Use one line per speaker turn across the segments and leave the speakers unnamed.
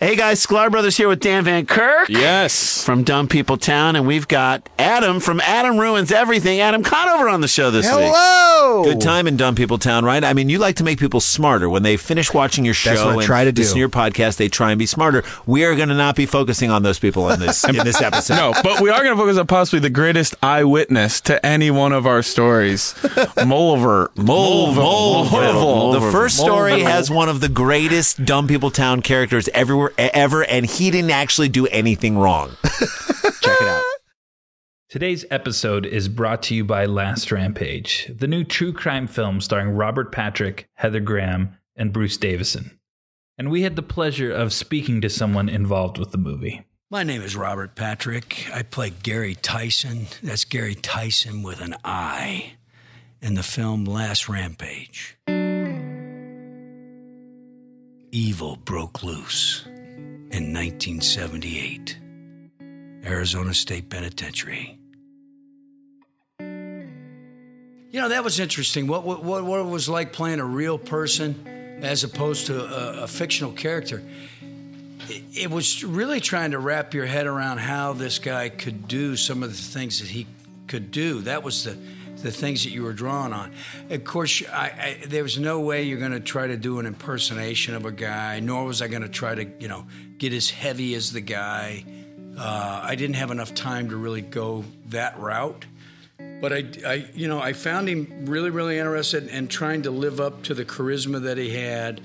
Hey guys, Sklar Brothers here with Dan Van Kirk
Yes.
from Dumb People Town, and we've got Adam from Adam Ruins Everything, Adam Conover on the show this week.
Hello.
Good time in Dumb People Town, right? I mean, you like to make people smarter. When they finish watching your show
That's what I
and
try to do.
listen to your podcast, they try and be smarter. We are going to not be focusing on those people in this in this episode.
No, Oh, but we are going to focus on possibly the greatest eyewitness to any one of our stories, Mulver.
Mole, Mole,
Mulver.
The first story has one of the greatest Dumb People Town characters everywhere, e-, ever, and he didn't actually do anything wrong. Check it out.
Today's episode is brought to you by Last Rampage, the new true crime film starring Robert Patrick, Heather Graham, and Bruce Davison. And we had the pleasure of speaking to someone involved with the movie.
My name is Robert Patrick. I play Gary Tyson. That's Gary Tyson with an I in the film Last Rampage. Evil broke loose in 1978, Arizona State Penitentiary. You know, that was interesting. What, what, what what it was like playing a real person as opposed to a, a fictional character it was really trying to wrap your head around how this guy could do some of the things that he could do. That was the the things that you were drawing on. Of course, I, I, there was no way you're going to try to do an impersonation of a guy, nor was I going to try to you know get as heavy as the guy. Uh, I didn't have enough time to really go that route. But I, I, you know, I found him really, really interested and trying to live up to the charisma that he had.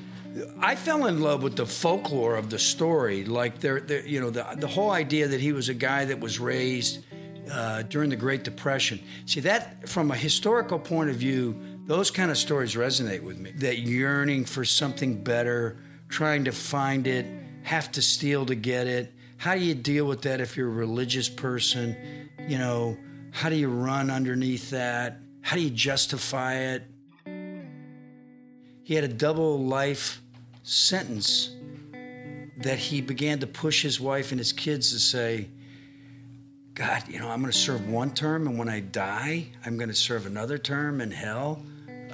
I fell in love with the folklore of the story, like there, there you know, the the whole idea that he was a guy that was raised uh, during the Great Depression. See that from a historical point of view, those kind of stories resonate with me. That yearning for something better, trying to find it, have to steal to get it. How do you deal with that if you're a religious person? You know, how do you run underneath that? How do you justify it? He had a double life sentence that he began to push his wife and his kids to say, God, you know, I'm going to serve one term, and when I die, I'm going to serve another term in hell.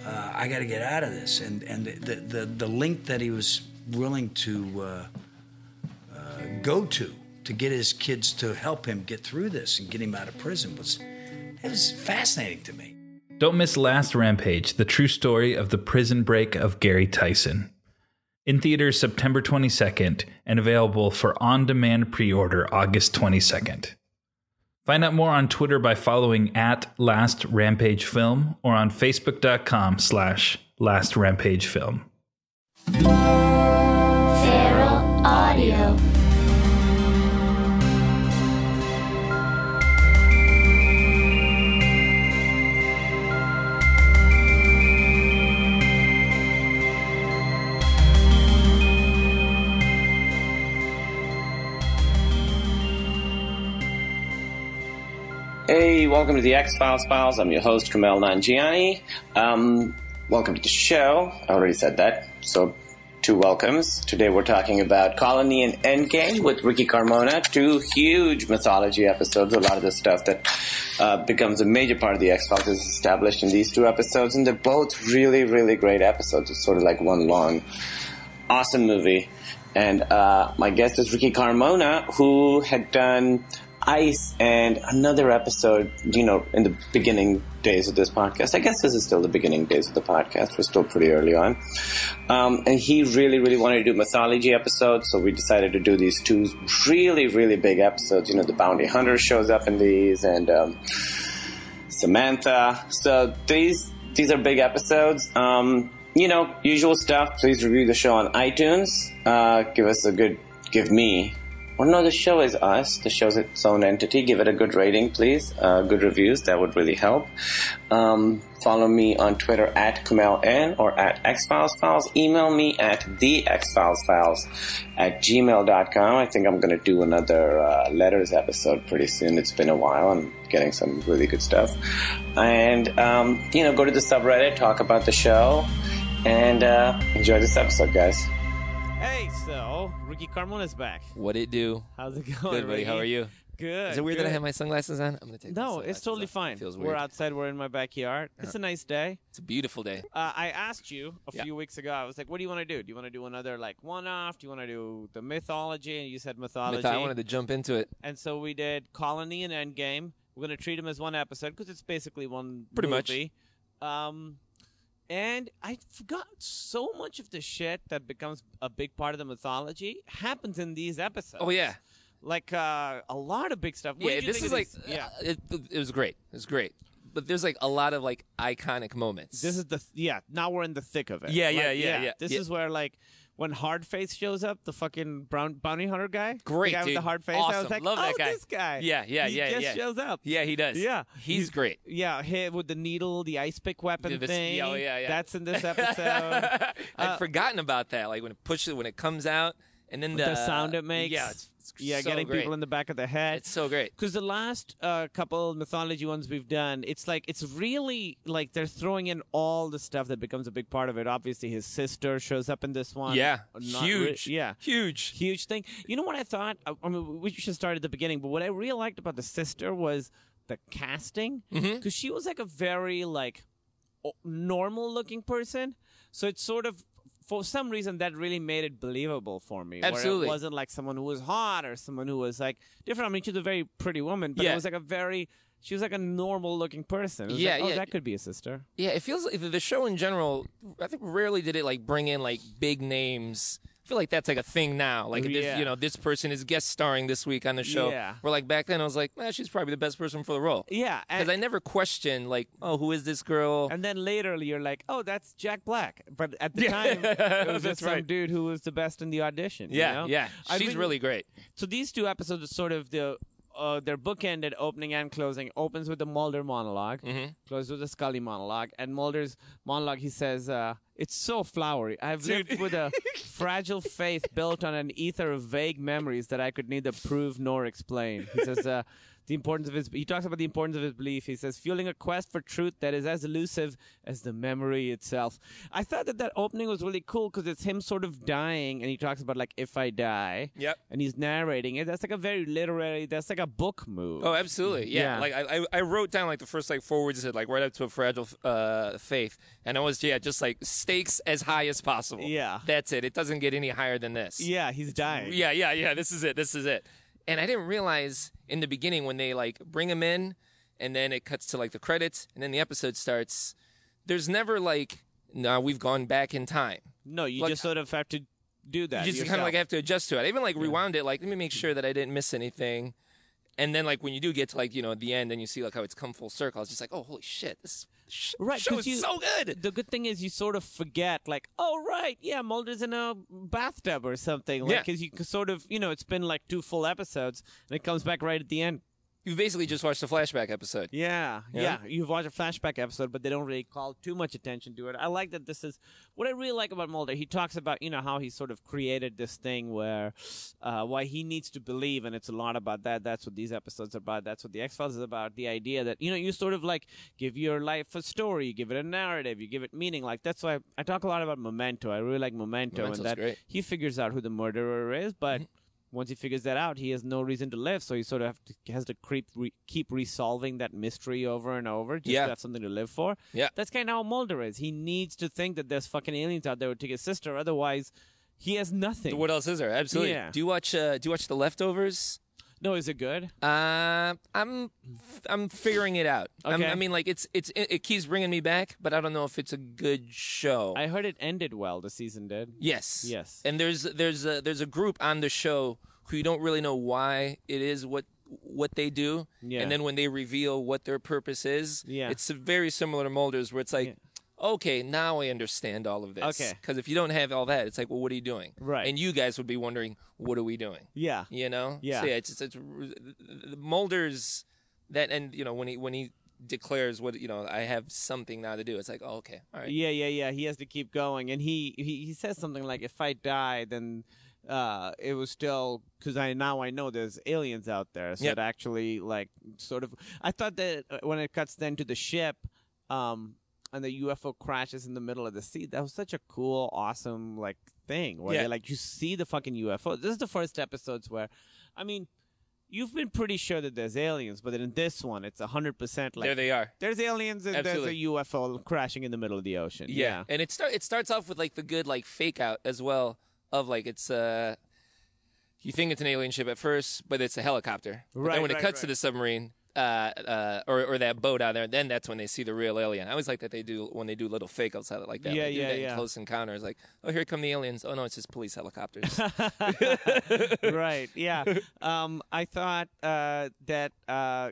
Uh, I got to get out of this. And and the the, the link that he was willing to uh, uh, go to to get his kids to help him get through this and get him out of prison was it was fascinating to me.
Don't miss Last Rampage, the true story of the prison break of Gary Tyson. In theaters September 22nd and available for on demand pre order August 22nd. Find out more on Twitter by following at Last Rampage Film or on Facebook.com slash Last Rampage Film.
Feral Audio.
Hey, welcome to the X Files Files. I'm your host, Kamel Nanjiani. Um, welcome to the show. I already said that, so two welcomes. Today we're talking about Colony and Endgame with Ricky Carmona. Two huge mythology episodes. A lot of the stuff that uh, becomes a major part of the X Files is established in these two episodes, and they're both really, really great episodes. It's sort of like one long awesome movie. And uh, my guest is Ricky Carmona, who had done Ice and another episode, you know, in the beginning days of this podcast. I guess this is still the beginning days of the podcast. We're still pretty early on. Um, and he really, really wanted to do mythology episodes, so we decided to do these two really, really big episodes. You know, the Bounty Hunter shows up in these, and. Um, Samantha. So these these are big episodes. Um, you know, usual stuff. Please review the show on iTunes. Uh, give us a good give me. Or no, the show is us. The show's its own entity. Give it a good rating, please. Uh, good reviews that would really help. Um, follow me on Twitter at Kamel N or at xfiles files. Email me at the xfiles files at gmail.com. I think I'm going to do another uh, letters episode pretty soon. It's been a while. I'm getting some really good stuff. And, um, you know, go to the subreddit, talk about the show, and uh, enjoy this episode, guys.
Hey, so Ricky Carmona's back.
What it do?
How's it going?
Good, buddy. How
Ricky?
are you?
Good.
Is it weird
good.
that I have my sunglasses on? I'm gonna take. my
No, it's
sunglasses
totally
off. It
fine.
Feels
We're
weird.
outside. We're in my backyard. It's a nice day.
It's a beautiful day.
Uh, I asked you a
Yeah.
few weeks ago. I was like, "What do you want to do? Do you want to do another like one-off? Do you want to do the mythology?" And you said mythology.
I thought I wanted to jump into it.
and so we did Colony and Endgame. We're going to treat them as one episode because it's basically one
Pretty much.
movie. Um, and I forgot so much of the shit that becomes a big part of the mythology happens in these episodes.
Oh yeah,
like uh, a lot of big stuff. What
yeah.
did you
This
think
is
of
like.
these?
Yeah,
yeah.
it, it was great. It was great. But there's like a lot of like iconic moments.
This is the th- yeah. Now we're in the thick of it.
Yeah,
Like,
yeah, yeah, yeah.
This
Yeah.
is where like when Hardface shows up, the fucking brown bounty hunter guy.
Great,
the guy with the
dude.
hard face. I was
Awesome.
like,
Love that
oh,
guy."
this guy.
Yeah, yeah,
he
yeah,
Just
yeah.
shows up.
yeah, he does.
Yeah.
he's great.
Yeah, hit with the needle, the ice pick weapon
Yeah, this-
thing.
yeah, oh, yeah, yeah.
That's in this episode. Uh,
I'd forgotten about that. Like when it pushes, when it comes out, and then the,
the sound it makes.
Yeah, it's, it's
yeah,
so
getting
great.
people in the back of the head.
It's so great.
Because the last uh, couple mythology ones we've done, it's like it's really like they're throwing in all the stuff that becomes a big part of it. Obviously, his sister shows up in this one.
Yeah,
Not re-
huge.
yeah,
huge.
huge thing. You know what I thought? I, I mean, we should start at the beginning. But what I really liked about the sister was the casting because
Mm-hmm.
she was like a very like normal looking person. So it's sort of for some reason that really made it believable for me. where
Absolutely.
it wasn't like someone who was hot or someone who was like different. I mean, she's a very pretty woman, but
Yeah.
it was like a very she was like a normal looking person. It was
Yeah,
like, oh,
yeah.
that could be a sister.
Yeah, it feels like the show in general. I think rarely did it like bring in like big names. I feel like that's like a thing now. Like
Yeah.
this, you know, this person is guest starring this week on the show.
Yeah.
Where like back then I was like, man, she's probably the best person for the role.
Yeah, and-
because I never questioned like, oh, who is this girl?
And then later you're like, oh, that's Jack Black. But at the time, it was just
That's
some
right.
dude who was the best in the audition. you
yeah,
know?
yeah,
I
she's
mean,
really great.
So these two episodes are sort of the. Uh, they're bookended, opening and closing. Opens with the Mulder monolog closes with the Scully monologue. And Mulder's monologue, he says, uh, "It's so flowery. I've lived with a fragile faith built on an ether of vague memories that I could neither prove nor explain." He says, uh, "The importance of his." He talks about the importance of his belief. He says, "Fueling a quest for truth that is as elusive as the memory itself." I thought that that opening was really cool because it's him sort of dying, and he talks about like, "If I die."
Yep.
and he's narrating it. That's like a very literary. That's like a book move.
Oh, absolutely. Yeah.
Yeah.
Like I, I, I wrote down like the first like four words it said like right up to a fragile uh, faith, and I was yeah just like stakes as high as possible.
Yeah.
That's it. It doesn't get any higher than this.
yeah, he's dying.
Yeah, yeah, yeah. This is it. This is it. And I didn't realize in the beginning when they like bring him in, and then it cuts to like the credits, and then the episode starts. There's never like, no, we've gone back in time.
No, you
Like-
just sort of have to do that.
You just kind of like have to adjust to it. I even like rewound it, like let me make sure that I didn't miss anything. And then like when you do get to like you know the end, and you see like how it's come full circle, I was just like, oh holy shit, this sh-
Right,
show
'cause
is
you-
so good.
The good thing is you sort of forget, like, oh right, yeah, Mulder's in a bathtub or something, like,
Yeah.
because you can sort of, you know, it's been like two full episodes, and it comes back right at the end.
You basically just watched the flashback episode.
Yeah, yeah,
Yeah.
You've watched a flashback episode, but they don't really call too much attention to it. I like that this is what I really like about Mulder. He talks about you know how he sort of created this thing where uh, why he needs to believe, and it's a lot about that. That's what these episodes are about. That's what the X Files is about. The idea that you know you sort of like give your life a story, you give it a narrative, you give it meaning. Like that's why I, I talk a lot about Memento. I really like Memento,
Memento's
and that
great. Mm-hmm.
he figures out who the murderer is, but once he figures that out, he has no reason to live. So he sort of have to, has to creep, re, keep resolving that mystery over and over just
Yeah.
to have something to live for.
Yeah.
that's kind of how Mulder is. He needs to think that there's fucking aliens out there who take his sister. Otherwise, he has nothing.
What else is there? Absolutely.
Yeah.
Do you watch uh, Do you watch the leftovers?
no, is it good?
Uh, I'm I'm figuring it out. I'm,
Okay.
I mean, like it's it's it, it keeps bringing me back, but I don't know if it's a good show.
I heard it ended well. The season did.
yes,
Yes.
And there's there's a there's a group on the show who you don't really know why it is what what they do,
Yeah.
and then when they reveal what their purpose is,
Yeah.
it's very similar to Mulder's, where it's like. Okay, now I understand all of this.
Okay.
because if you don't have all that, it's like, well, what are you doing?
Right.
And you guys would be wondering, what are we doing?
Yeah.
you know
Yeah.
so yeah it's, it's, it's the Mulder's that and you know when he when he declares what you know I have something now to do it's like oh okay all right
Yeah, yeah, yeah. He has to keep going, and he he, he says something like, "If I die, then uh, it was still because I now I know there's aliens out there." So
Yep.
it actually like sort of. I thought that uh, when it cuts then to the ship, um, and the UFO crashes in the middle of the sea, that was such a cool, awesome like thing where
Yeah.
they like you see the fucking UFO. This is the first episodes where, I mean you've been pretty sure that there's aliens, but in this one, it's 100% like
there they are.
there's aliens and
Absolutely.
there's a UFO crashing in the middle of the ocean.
Yeah. And it start it starts off with like the good like fake out as well of like it's uh you think it's an alien ship at first, but it's a helicopter. But
Right,
then when
right,
it cuts to
right.
the submarine uh, uh, or, or that boat out there, then that's when they see the real alien. I always like that they do when they do little fake outs out like that.
Yeah,
They do
yeah,
that in
yeah.
Close encounters, like, oh, here come the aliens. Oh no, it's just police helicopters.
right. Yeah. Um, I thought uh, that uh,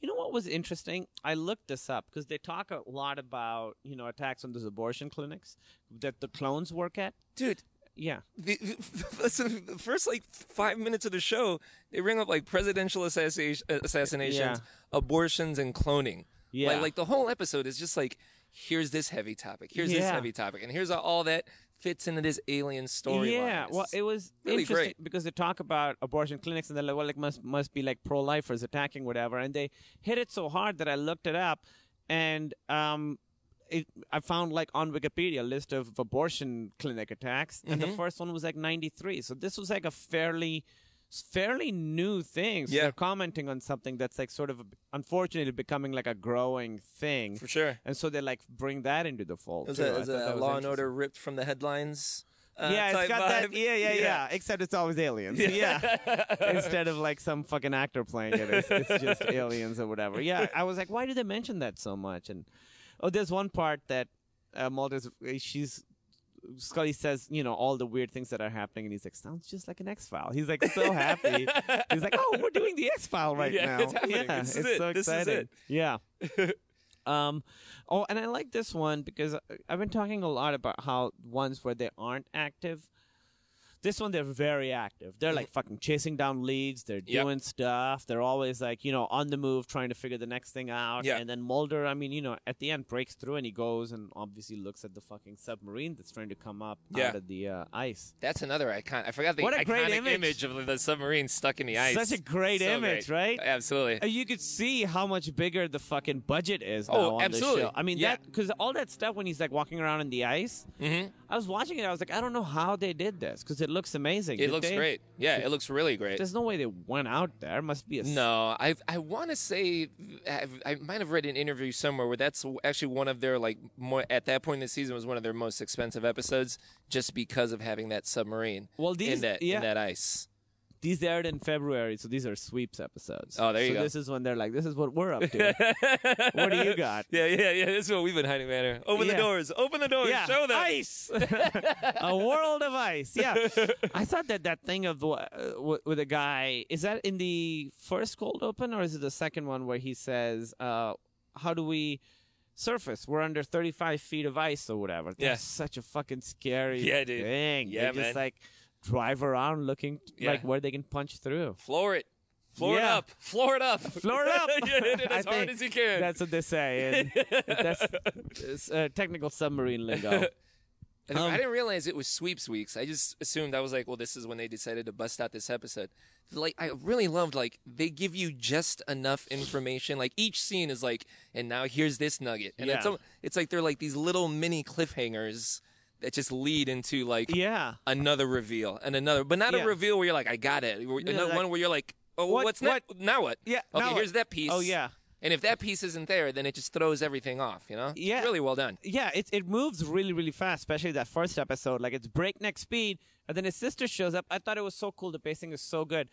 you know what was interesting. I looked this up because they talk a lot about you know attacks on those abortion clinics that the clones work at.
Dude,
Yeah.
the, listen, the first like five minutes of the show, they ring up like presidential assassination, assassinations, abortions, and cloning.
Yeah.
Like, like the whole episode is just like, here's this heavy topic, here's this
Yeah.
heavy topic, and here's how all that fits into this alien storyline.
Yeah, well,
It's-
it was
really
interesting
great.
because they talk about abortion clinics and they're like, well, it must must be like pro-lifers attacking whatever, and they hit it so hard that I looked it up, and um, it, I found like on Wikipedia a list of abortion clinic attacks, and
Mm-hmm.
the first one was like '93, so this was like a fairly fairly new thing. So
Yeah.
they're commenting on something that's like sort of unfortunately becoming like a growing thing.
for sure.
And so they like bring that into the fold.
It was
too.
a,
I
it was
thought
a
that was
Law and
interesting
Order ripped from the headlines. Uh,
yeah, it's
type
got that.
vibe.
Yeah, yeah, yeah, Except it's always aliens. Yeah. Instead of like some fucking actor playing it, it's, it's just aliens or whatever. Yeah. I was like, why do they mention that so much? And oh, there's one part that uh, Mulder's she's. Scully says, you know, all the weird things that are happening, and he's like, sounds just like an X File. He's like so happy. he's like, oh, we're doing the X File right
Yeah,
now.
it's happening.
Yeah,
This is
it's
it.
so
This is it.
exciting. Yeah. Um, oh, and I like this one because I- I've been talking a lot about how ones where they aren't active. This one, they're very active. They're like fucking chasing down leads. They're
Mm. Yep.
doing stuff. They're always like, you know, on the move, trying to figure the next thing out.
Yeah.
And then Mulder, I mean, you know, at the end breaks through and he goes and obviously looks at the fucking submarine that's trying to come up
Yeah.
out of the uh, ice.
That's another icon. I forgot the
What a
iconic
great image.
of the submarine stuck in the ice.
Such a great
So
image, right?
Absolutely.
And you could see how much bigger the fucking budget is.
Oh,
now on this
absolutely.
show. I mean,
Yeah. Mm-hmm.
that because all that stuff when he's like walking around in the ice. I was watching it. I was like, I don't know how they did this because it looks amazing.
It
Did
looks
they-
great. Yeah, it looks really great.
There's no way they went out there. Must be a s-
No, I I want to say I've, I might have read an interview somewhere where that's actually one of their like more at that point in the season was one of their most expensive episodes just because of having that submarine.
Well,
in
these-
that
yeah.
in that ice.
These aired in February, so these are sweeps episodes.
Oh, there you
so
go.
This is when they're like, this is what we're up to. what do you got?
Yeah, yeah, yeah. That's what we've been hiding, man. Open
Yeah.
the doors. Open the doors.
Yeah,
Show them.
ice. a world of ice. Yeah, I thought that that thing of uh, w- with a guy is that in the first cold open or is it the second one where he says, uh, "How do we surface? We're under thirty-five feet of ice or whatever." That's
Yeah.
such a fucking scary
Yeah, dude.
thing.
Yeah,
they
man.
just like drive around looking
Yeah.
like where they can punch through.
Floor it. Floor
Yeah.
it up. Floor it up.
Floor it up.
yeah, hit it
I
as hard
think
as you can.
That's what they say. And that's it's, uh, technical submarine lingo.
And
Um,
I didn't realize it was sweeps weeks. I just assumed I was like, well, this is when they decided to bust out this episode. Like, I really loved like they give you just enough information. Like each scene is like, and now here's this nugget, and it's
Yeah.
al- it's like they're like these little mini cliffhangers that just lead into like
Yeah.
another reveal and another, but not
Yeah.
a reveal where you're like, I got it. Where- another
like-
one where you're like, oh,
What-
what's next? Now what?
Yeah,
Okay,
now what?
here's that piece.
Oh, yeah.
And if that piece isn't there, then it just throws everything off. You know? It's
Yeah.
Really well done.
yeah, it it moves really really fast, especially that first episode. Like it's breakneck speed, and then his sister shows up. I thought it was so cool. The pacing is so good.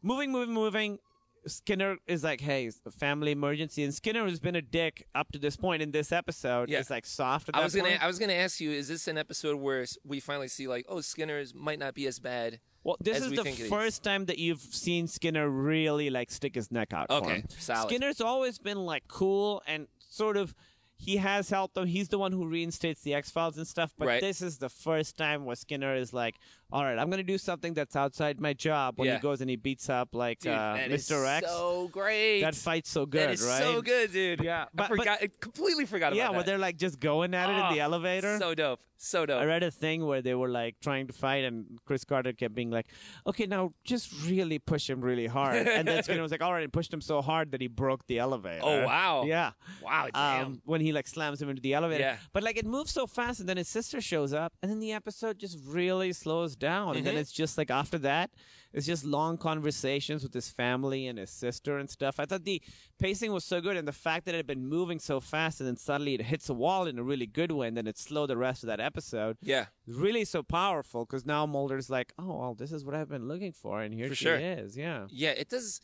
Moving, moving, moving. Skinner is like, "Hey, it's a family emergency," and Skinner has been a dick up to this point in this episode.
Yeah.
is like soft. At
I
that
was gonna
point.
I was gonna ask you, is this an episode where s- we finally see like, oh, Skinner's might not be as bad?
Well, this
as
is
we
the
think it is?
first time that you've seen Skinner really like stick his neck out. for
Okay,
him.
solid.
Skinner's always been like cool and sort of. He has helped them. He's the one who reinstates the X Files and stuff. But
Right.
this is the first time where Skinner is like, "All right, I'm going to do something that's outside my job." When
Yeah.
he goes and he beats up like
Dude,
uh,
that is
Mr. X.
so great.
that fight's so good,
that is
right?
so good, dude.
Yeah,
I
but- but-
forgot. I completely forgot
Yeah,
about
where
that.
they're like just going at it in the
Oh,
elevator.
So dope. So dope.
I read a thing where they were like trying to fight, and Chris Carter kept being like, "Okay, now just really push him really hard." And then Skinner was like, "All right," and pushed him so hard that he broke the elevator.
Oh wow.
Yeah.
Wow. Damn.
Um, when he like slams him into the elevator,
Yeah.
but like it moves so fast, and then his sister shows up, and then the episode just really slows down, and
Mm-hmm.
then it's just like after that, it's just long conversations with his family and his sister and stuff. I thought the pacing was so good, and the fact that it had been moving so fast, and then suddenly it hits a wall in a really good way, and then it slowed the rest of that episode
yeah.
really so powerful because now Mulder's like, oh, well, this is what I've been looking for, and here
For
she
sure.
is. Yeah.
Yeah, it does.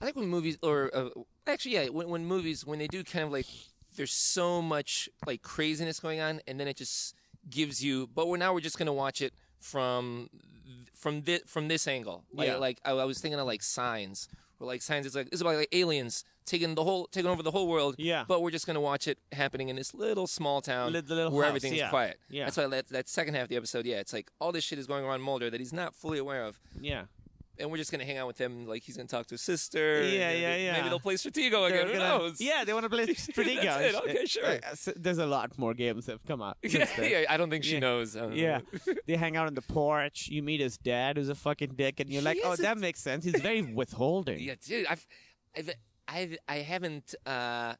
I like when movies, or uh, actually, yeah, when, when movies, when they do kind of like, there's so much like craziness going on, and then it just gives you. But we're now we're just gonna watch it from th- from this from this angle. Like,
Yeah.
like I, I was thinking of like Signs, where like Signs is like this is about like aliens taking the whole taking over the whole world.
Yeah.
But we're just gonna watch it happening in this little small town
Li- the little
where
house,
everything's
yeah.
quiet.
Yeah.
That's why that, that second half of the episode, yeah, it's like all this shit is going on in Mulder that he's not fully aware of
Yeah.
and we're just gonna hang out with him. Like he's gonna talk to his sister. and
Yeah, yeah,
maybe-
yeah.
Maybe they'll play Stratego
They're
again. Who
gonna-
knows?
Yeah, they want to play Stratego.
it, okay, sure.
Uh, s- There's a lot more games that have come out. since
yeah,
then.
yeah, I don't think she
Yeah.
knows. I don't know.
Yeah. they hang out on the porch. You meet his dad, who's a fucking dick, and you're
He
like, oh,
is a-
that makes sense. He's very withholding.
yeah, dude. I've, I've, I've, I haven't. Uh,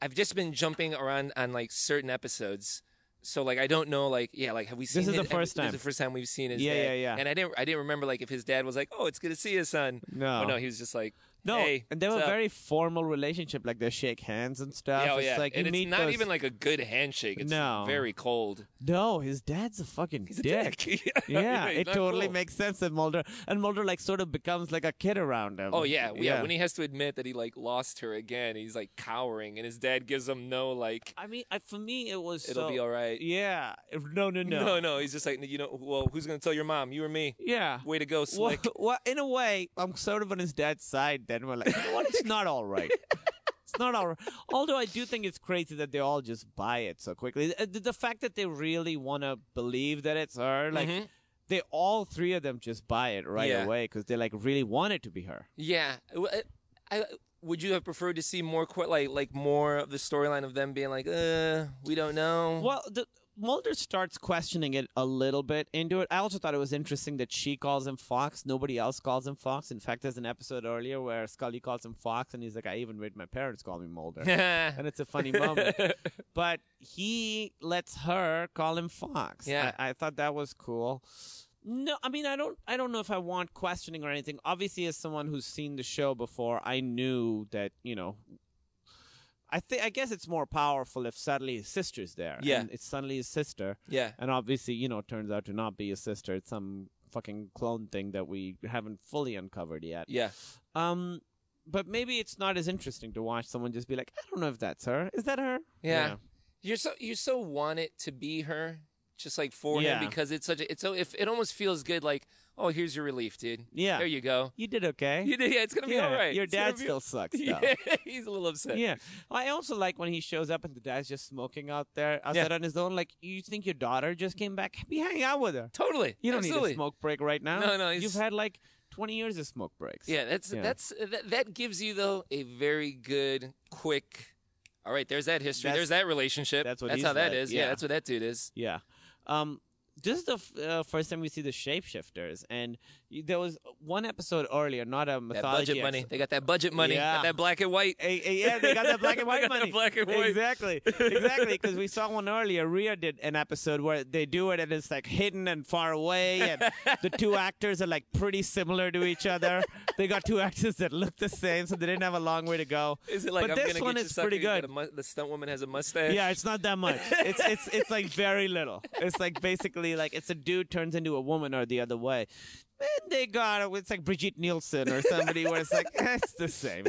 I've just been jumping around on like certain episodes. So like I don't know like yeah like have we seen
is
his-
the
have-
first
This
time.
is the first time we've seen his
Yeah,
dad.
yeah, yeah.
and I didn't I didn't remember like if his dad was like oh it's good to see you son
No.
oh, no he was just like
No,
hey,
and they have
what's
a
up?"
very formal relationship. Like they shake hands and stuff.
yeah, oh,
it's
yeah.
like you
and
meet
it's not
those-
even like a good handshake it's
No.
very cold
No, his dad's a fucking
He's a dick.
Yeah,
he's
it
not
totally
cool.
makes sense that Mulder and Mulder like sort of becomes like a kid around him.
Oh yeah, yeah, When he has to admit that he like lost her again, he's like cowering, and his dad gives him no like.
I mean, I, for me, it was.
It'll
so-
be all right.
Yeah. No, no, no.
no, He's just like you know. Well, who's gonna tell your mom? You or me?
Yeah.
Way to go,
Well,
slick.
well, in a way, I'm sort of on his dad's side. Then we're like, you know what? It's not all right. It's not all right. Although I do think it's crazy that they all just buy it so quickly. Uh, The, the fact that they really want to believe that it's her, like. They all three of them just buy it right
Mm-hmm. Yeah.
away because they like really want it to be her.
Yeah. W- I, I- would you have preferred to see more qu- like like more of the storyline of them being like, uh, we don't know.
Well, the, Mulder starts questioning it a little bit into it. I also thought it was interesting that she calls him Fox. Nobody else calls him Fox. In fact, there's an episode earlier where Scully calls him Fox, and he's like, "I even made my parents call me Mulder," and it's a funny moment. But he lets her call him Fox.
Yeah.
I, I thought that was cool. No, I mean I don't I don't know if I want questioning or anything. Obviously as someone who's seen the show before, I knew that, you know, I think I guess it's more powerful if suddenly his sister's there.
Yeah.
and it's suddenly his sister.
Yeah.
And obviously, you know, it turns out to not be his sister. It's some fucking clone thing that we haven't fully uncovered yet.
Yeah.
Um but maybe it's not as interesting to watch someone just be like, I don't know if that's her. Is that her?
Yeah. You're so you so want it to be her, just like for
Yeah.
him because it's such a it's so if it almost feels good like oh here's your relief dude
Yeah.
there you go
You did okay.
You did- yeah it's gonna be
Yeah,
all right
Your
It's gonna
dad
be-
still sucks, though.
yeah he's a little upset
Yeah. I also like when he shows up and the dad's just smoking out there outside on his own. Like, you think your daughter just came back? Be hanging out with her.
totally
You don't
Absolutely.
need a smoke break right now.
No, no,
You've
he's-
had like 20 years of smoke breaks.
yeah that's
Yeah.
that's that, that gives you though a very good quick all right there's that history
That's-
there's that relationship
that's what
that's
he's
how that
like,
is
yeah.
that's what that dude is
Yeah. Um, this is the f- uh, first time we see the shapeshifters. And y- there was one episode earlier, not a
that
mythology.
budget money they got that budget money
Yeah.
got that black and white
Eh, eh, yeah, they got that black and
They
white
got that
money.
black and white.
Exactly, exactly. Because we saw one earlier. Rhea did an episode where they do it, and it's like hidden and far away, and the two actors are like pretty similar to each other. They got two actors that look the same, so they didn't have a long way to go.
is it like
but
I'm
this
gonna
one
get you,
is
sucker,
pretty
you got
good.
a mu- the stunt woman has a mustache
Yeah, it's not that much. It's it's it's like very little. It's like basically like it's a dude turns into a woman or the other way. And they got it. It's like Brigitte Nielsen or somebody where it's like eh, it's the same.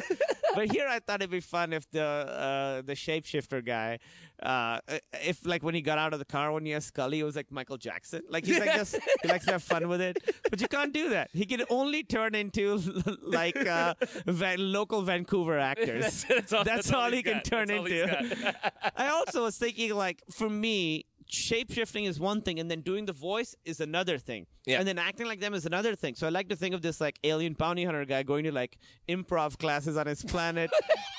But here I thought it'd be fun if the uh, the shapeshifter guy, uh, if like when he got out of the car when he has Scully, it was like Michael Jackson. Like he's like just he likes to have fun with it, but you can't do that. He can only turn into like uh, van- local Vancouver actors.
That's- that's all- that's all
he
he's
can
got.
turn
That's all he's
into. I also was thinking, like, for me, shape shifting is one thing, and then doing the voice is another thing.
Yeah.
And then acting like them is another thing. So I like to think of this, like, alien bounty hunter guy going to, like, improv classes on his planet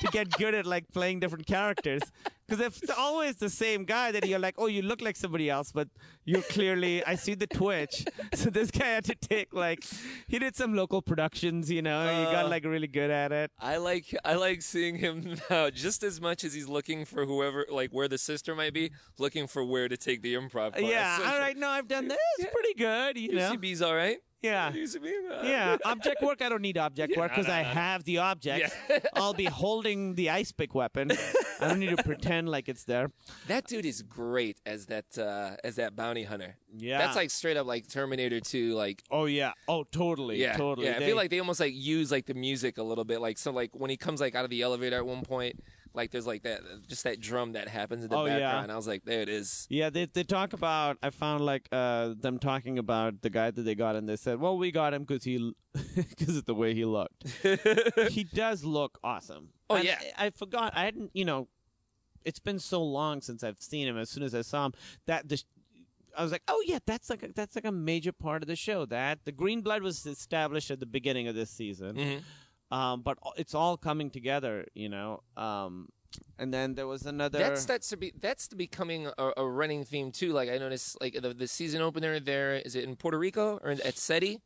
to get good at, like, playing different characters. Because if it's always the same guy, then you're like, oh, you look like somebody else, but you're clearly, I see the twitch. So this guy had to take, like, he did some local productions, you know, he
Uh.
got, like, really good at it.
I like I like seeing him now just as much as he's looking for whoever like where the sister might be, looking for where to take the improv class.
yeah, all right, no, I've done this pretty good, you know.
UCB's all right.
Yeah.
UCB. uh,
Yeah, object work. I don't need object work
no,
because
no,
I
no.
have the objects. I'll be holding the ice pick weapon. I don't need to pretend like it's there.
That dude is great as that uh as that bounty hunter.
Yeah.
That's like straight up like Terminator 2 like
Oh yeah. Oh totally.
yeah,
Totally.
yeah. I
They-
feel like they almost like use like the music a little bit, like so like when he comes like out of the elevator at one point, like there's like that just that drum that happens in the
Oh, yeah.
background. I was like, there it is.
Yeah, they they talk about. I found like uh, them talking about the guy that they got, and they said, "Well, we got him because he because of the way he looked. he does look awesome.
Oh,
And
yeah.
I, I forgot. I hadn't. You know, it's been so long since I've seen him. As soon as I saw him, that the. I was like, oh yeah, that's like a, that's like a major part of the show. That the green blood was established at the beginning of this season,
Mm. Mm-hmm.
um, but it's all coming together, you know. Um, and then there was another.
That's that's to be that's to becoming a, a running theme too. Like I noticed, like the, the season opener there is it in Puerto Rico or in, at SETI.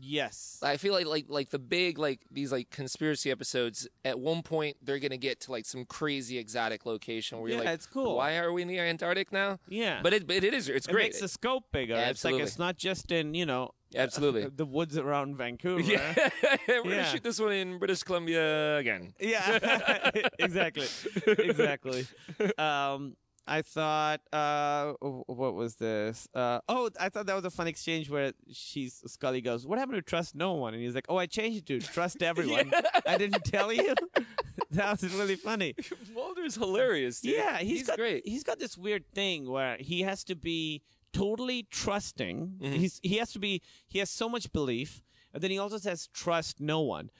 yes.
I feel like like like the big like these like conspiracy episodes. At one point, they're gonna get to like some crazy exotic location where you're
Yeah,
like,
it's cool.
Why are we in the Antarctic now?
Yeah.
but it but it is it's
It
great.
makes the scope bigger.
Yeah,
it's like
absolutely.
it's not just in you know
Absolutely.
the woods around Vancouver.
Yeah, we're gonna
Yeah.
shoot this one in British Columbia again.
Yeah, exactly, exactly. Um, I thought, uh, w- what was this? Uh, oh, I thought that was a fun exchange where she's Scully goes, "What happened to trust no one?" And he's like, "Oh, I changed it to trust everyone. I didn't tell you." that was really funny.
Mulder's hilarious. Dude.
Yeah, he's
he's
got,
great.
He's got this weird thing where he has to be totally trusting. He's he has to be he has so much belief, and then he also says trust no one.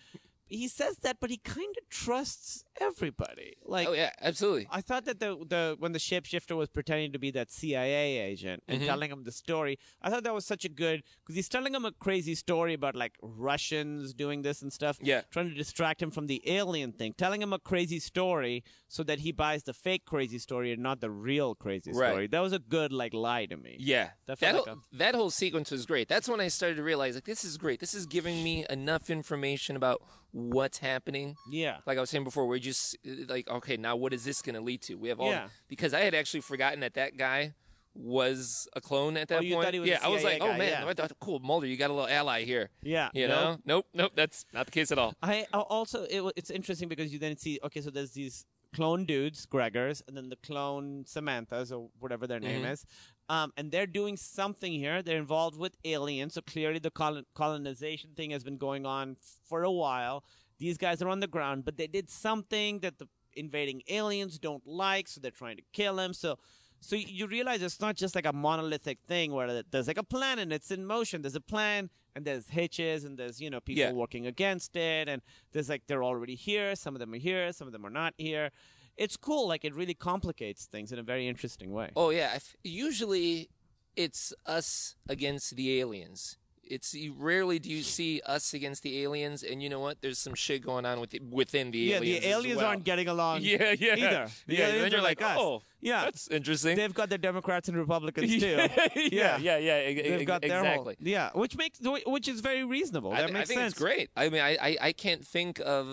He says that, but he kind of trusts everybody. Like
oh yeah, absolutely.
I thought that the the when the shapeshifter was pretending to be that CIA agent
Mm-hmm.
and telling him the story, I thought that was such a good because he's telling him a crazy story about like Russians doing this and stuff.
Yeah.
trying to distract him from the alien thing, telling him a crazy story so that he buys the fake crazy story and not the real crazy
Right.
story. That was a good like lie to me.
Yeah, that,
That felt
whole,
like
that whole sequence was great. That's when I started to realize, like, this is great. This is giving me enough information about what's happening.
Yeah.
like I was saying before, we're just uh, like, okay, now what is this going to lead to? We have all
Yeah.
because I had actually forgotten that that guy was a clone at that
you
point.
thought he was a
yeah, I was
CIA
like,
guy,
oh man,
yeah.
I thought, cool, Mulder, you got a little ally here.
Yeah,
you know,
nope.
nope, nope, that's not the case at all.
I I also it, wa- it's interesting because you then see okay, so there's these clone dudes, Gregors, and then the clone Samanthas or whatever their name is, um, and they're doing something here. They're involved with aliens, so clearly the colon- colonization thing has been going on for a while. These guys are on the ground, but they did something that the invading aliens don't like, so they're trying to kill them. So. So y- you realize it's not just like a monolithic thing where there's like a plan and it's in motion. There's a plan and there's hitches and there's you know people
Yeah.
working working against it and there's like they're already here some of them are here some of them are not here it's cool like it really complicates things in a very interesting way
Oh yeah, I f- usually it's us against the aliens. It's you rarely do you see us against the aliens, and you know what? There's some shit going on with within the
yeah
aliens.
the
as
aliens
well.
aren't getting along
Yeah, yeah,
either The
yeah.
aliens
and then you're
are
like,
us.
oh,
yeah
that's interesting.
they've got their democrats and republicans too
yeah, yeah, yeah. e-
They've
e-
got their
exactly.
whole, yeah, which makes which is very reasonable.
I,
That
th- I
makes
think
sense.
it's great. I mean, I, I, I can't think of,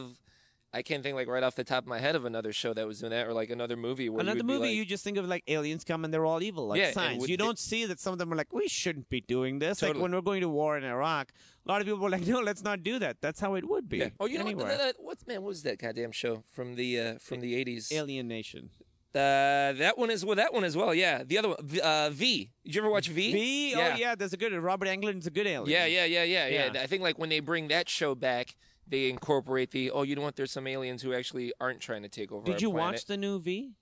I can't think like right off the top of my head of another show that was doing that or like another movie. Where
Another
you would be
movie,
like-
you just think of like aliens come and they're all evil, like
Yeah, and
signs.
with
You
the-
don't see that some of them are like, we shouldn't be doing this. Like
Totally.
when we're going to war in Iraq, a lot of people were like, no, let's not do that. That's how it would be.
Yeah. Oh, you know what,
anywhere.
that- that- what? Man, what was that goddamn show from the uh, from the eighties? Uh,
Alien Nation.
that one is well. That one as well. Yeah. The other one, V- uh, V. Did you ever watch V?
B, oh yeah, there's a good Robert Englund's a good alien.
Yeah, yeah, yeah, yeah, yeah,
Yeah.
I think like when they bring that show back, they incorporate the oh, you know what? There's some aliens who actually aren't trying to take over.
Did
our
you
planet.
watch the new V?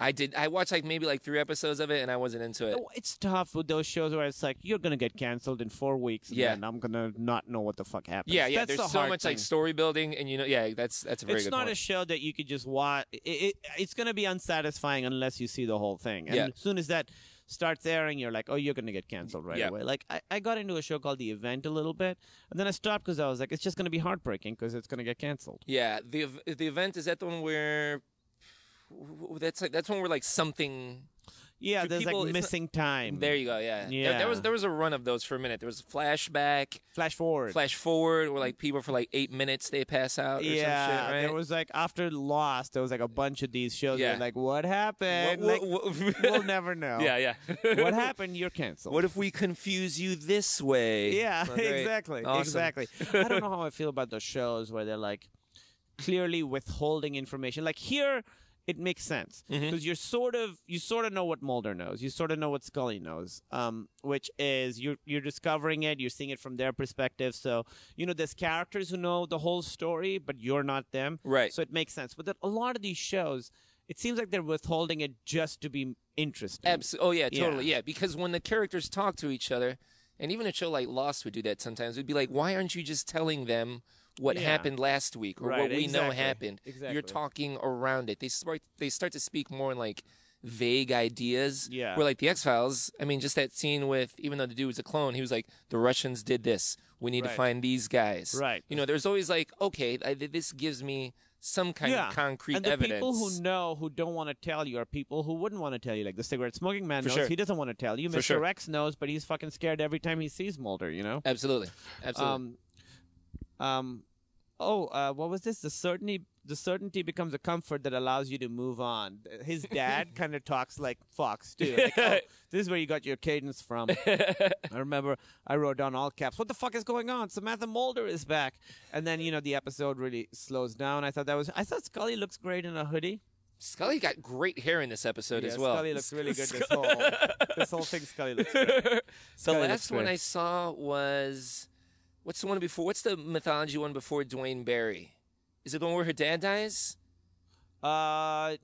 I did. I watched like maybe like three episodes of it, and I wasn't into it.
Oh, it's tough with those shows where it's like you're gonna get canceled in four weeks. And
Yeah.
then I'm gonna not know what the fuck happened.
yeah, yeah.
That's
there's
the
so
hard
much like
thing.
story building, and you know, yeah, that's that's a very
It's
good
not a
point.
show that you could just watch. It, it, it's gonna be unsatisfying unless you see the whole thing. And
Yeah.
as soon as that starts airing, you're like, oh, you're gonna get canceled right
Yeah.
away. Like I, I got into a show called The Event a little bit, and then I stopped because I was like, it's just gonna be heartbreaking because it's gonna get canceled.
yeah, the ev- the event is that the one where w- w- that's like that's when we're like something.
Yeah,
Do
there's
people-
like
it's not-
missing time.
There you go. Yeah. There, there was
Yeah.
there was a run of those for a minute. There was flashback,
Flash forward.
flash forward, where like people for like eight minutes they pass out. Or
yeah,
Some shit, right?
there was like after Lost, there was like a bunch of these shows. Yeah.
Yeah.
like what happened?
What-
Like,
what- what-
we'll never know.
yeah, yeah.
what happened? You're canceled.
What if we confuse you this way?
Yeah,
Oh, great.
exactly,
Awesome.
exactly. I don't know how I feel about those shows where they're like clearly withholding information. Like here, it makes sense because
Mm-hmm.
you're sort of you sort of know what Mulder knows, you sort of know what Scully knows, um, which is you're you're discovering it, you're seeing it from their perspective. So you know there's characters who know the whole story, but you're not them,
Right.
So it makes sense. But that a lot of these shows, it seems like they're withholding it just to be interesting.
Absolutely. Oh yeah,
Yeah.
totally. Yeah. because when the characters talk to each other, and even a show like Lost would do that sometimes. We'd be like, "Why aren't you just telling them what
Yeah.
happened last week or
Right,
what we know
exactly.
happened?"
Exactly.
You're talking around it. They start they start to speak more in like vague ideas.
Yeah.
Where like the X Files, I mean, just that scene with even though the dude was a clone, he was like, "The Russians did this. We need to
Right.
find these guys."
Right.
You know, there's always like, "Okay, I, th- this gives me." Some kind of concrete
and the
evidence.
people who know who don't want to tell you are people who wouldn't want to tell you. Like the cigarette smoking man
For
knows
sure.
he doesn't want to tell you.
For
Mr.
sure.
X knows, but he's fucking scared every time he sees Mulder. You know.
Absolutely. Absolutely.
Um, um, oh, uh, what was this? The certainty, the certainty becomes a comfort that allows you to move on. His dad kind of talks like Fox too. Like, oh, this is where you got your cadence from. I remember I wrote down all caps. What the fuck is going on? Samantha Mulder is back, and then you know the episode really slows down. I thought that was. I thought Scully looks great in a hoodie.
Scully got great hair in this episode
Yeah,
as well.
Scully looks really good. This whole this whole thing, Scully looks great.
the
Scully
last
looks
one
great.
I saw was what's the one before? What's the mythology one before Dwayne Barry? Is it the one where her dad dies?
Uh,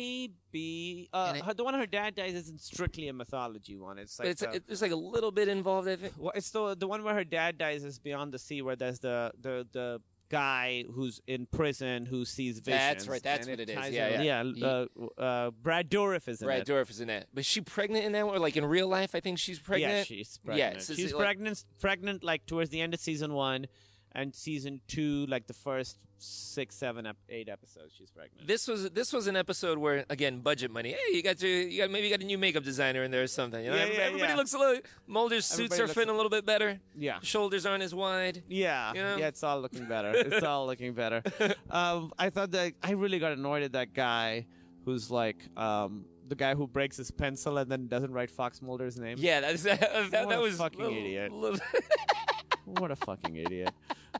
maybe uh,
And it-
her- the one her dad dies isn't strictly a mythology one. It's
But
like
it's
uh,
it, there's like a little bit involved. I think.
well, it's the the one where her dad dies is Beyond the Sea, where there's the the the guy who's in prison who sees visions.
That's right, that's what
and
it is,
ties
yeah,
in-
yeah.
yeah. uh, uh, Brad Dourif is in
Brad
it.
Dourif is in that. But she pregnant in that one, or like in real life? I think she's pregnant.
Yeah, she's pregnant.
Yeah, so is
she's
it like-
pregnant. Pregnant like towards the end of season one, and season two, like the first six, seven, ep- eight episodes, she's pregnant.
This was this was an episode where again budget money. Hey, you got your you got maybe you got a new makeup designer in there or something. You know,
Yeah,
everybody,
yeah,
everybody
yeah.
looks a little. Mulder's suits
Everybody
are
looks-
fitting a little bit better.
Yeah.
shoulders aren't as wide.
Yeah,
You know?
yeah, it's all looking better. It's all looking better. Um, I thought that I really got annoyed at that guy who's like um, the guy who breaks his pencil and then doesn't write Fox Mulder's name.
Yeah, that's, that, that,
What
that
a
was
fucking
little-
idiot.
little-
What a fucking idiot.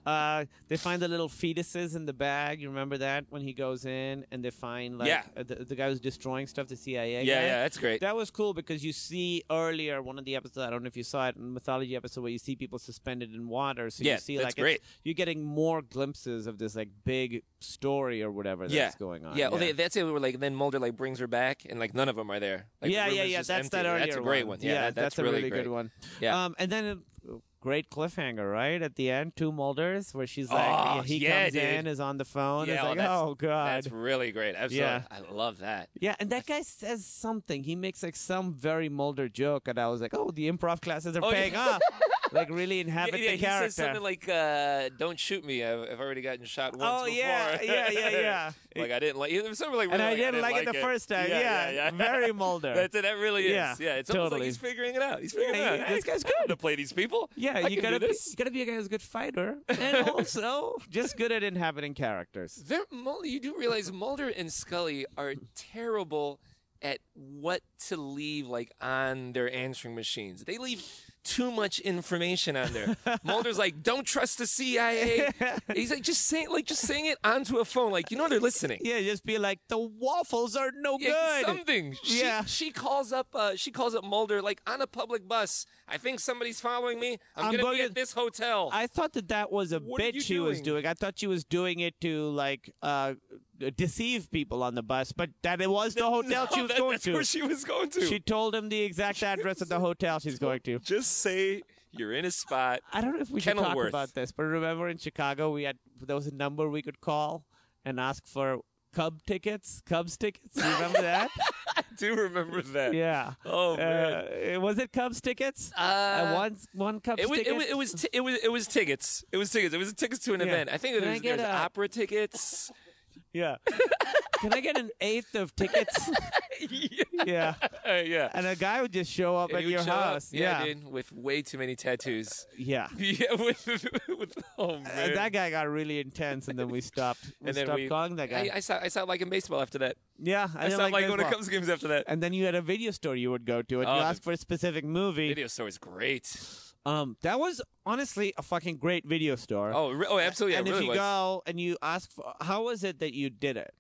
Uh, they find the little fetuses in the bag. You remember that when he goes in and they find like
Yeah.
uh, the, the guy who's destroying stuff, the CIA.
yeah,
guy.
yeah, that's great.
That was cool because you see earlier one of the episodes. I don't know if you saw it in the mythology episode where you see people suspended in water. So
Yeah,
you see
that's
like
great.
It's, you're getting more glimpses of this like big story or whatever that's
yeah.
going on.
Yeah, well, they, that's it. Where like then Mulder like brings her back, and like none of them are there. Like, the
yeah,
room
yeah,
is
yeah.
just
That's that
empty.
earlier.
That's a great one. Yeah, that-
that's,
that's,
a really,
great.
good one.
Yeah.
Um, and then a great cliffhanger, right at the end, two Mulders, where she's
Oh,
like, he
yeah,
comes
dude.
in, is on the phone,
Yeah,
is
oh,
like,
that's-
oh god,
That's really great. Absolutely,
Yeah.
I love that.
Yeah, and that guy says something. He makes like some very Mulder joke, and I was like, "Oh, the improv classes are
Oh, yeah.
paying off." Like really inhabit
yeah, yeah,
the
he
character.
says something like, uh, "Don't shoot me. I've, I've already gotten shot once
Oh,
before."
yeah, yeah, yeah, yeah.
like I didn't like. It was something like,
and
really,
I
like,
didn't like, it the first time. Yeah, very Mulder.
That's it. That really is. Yeah,
Yeah,
it's almost like
totally.
he's figuring it out. He's figuring
Yeah,
it out.
he- this
Hey,
guy's
I know how to play these people.
yeah,
I
you
can do
gotta be,
this.
you gotta be a guy who's a good fighter, and also just good at inhabiting characters.
They're, Mulder, you do realize Mulder and Scully are terrible at what to leave like on their answering machines. They leave too much information on there. Mulder's like, "Don't trust the CIA." He's like, "Just saying, like, just saying it onto a phone. Like, you know they're listening."
Yeah, just be like the waffles are no
Yeah,
good.
something. She,
Yeah.
She calls up. Uh, she calls up Mulder like on a public bus. I think somebody's following me. I'm,
I'm
gonna
going
be
to-
at this hotel.
I thought that that was a
What are
bit
you
she was
doing?
doing. I thought she was doing it to like uh, deceive people on the bus, but that it was the hotel she
No,
was
that-
going
that's
to.
where she was going to.
She told him the exact address of the hotel she's going to.
just say you're in a spot.
I don't know if we should talk
Kenilworth.
about this, but remember in Chicago we had there was a number we could call and ask for Cub tickets, Cubs tickets. You remember that?
I do remember that.
yeah.
Oh man.
Uh, was it Cubs tickets?
Uh,
I won one Cubs
It was,
ticket.
it was it was ti- it was it was tickets. It was tickets. It was tickets to an event. I think
Can
there
I
was,
get
there's
a-
opera tickets.
yeah. Can I get an eighth of tickets? yeah.
Uh, yeah.
And a guy would just show up
And
at
he would
your
show up,
house.
yeah,
yeah.
dude, with way too many tattoos.
Yeah.
Yeah, with, with oh man.
And Uh, that guy got really intense, and then we stopped. We
And then
stopped
we-
calling that guy.
I, I saw I saw like in baseball after that.
yeah, I,
I,
didn't
saw like,
baseball.
going to Cubs games after that.
And then you had a video store you would go to, and
Oh,
you
the-
asked for a specific movie.
Video store is great.
Um, that was honestly a fucking great video store.
Oh, re- oh, absolutely.
and
it
if
really
you
was.
go and you ask, for, how was it that you did it?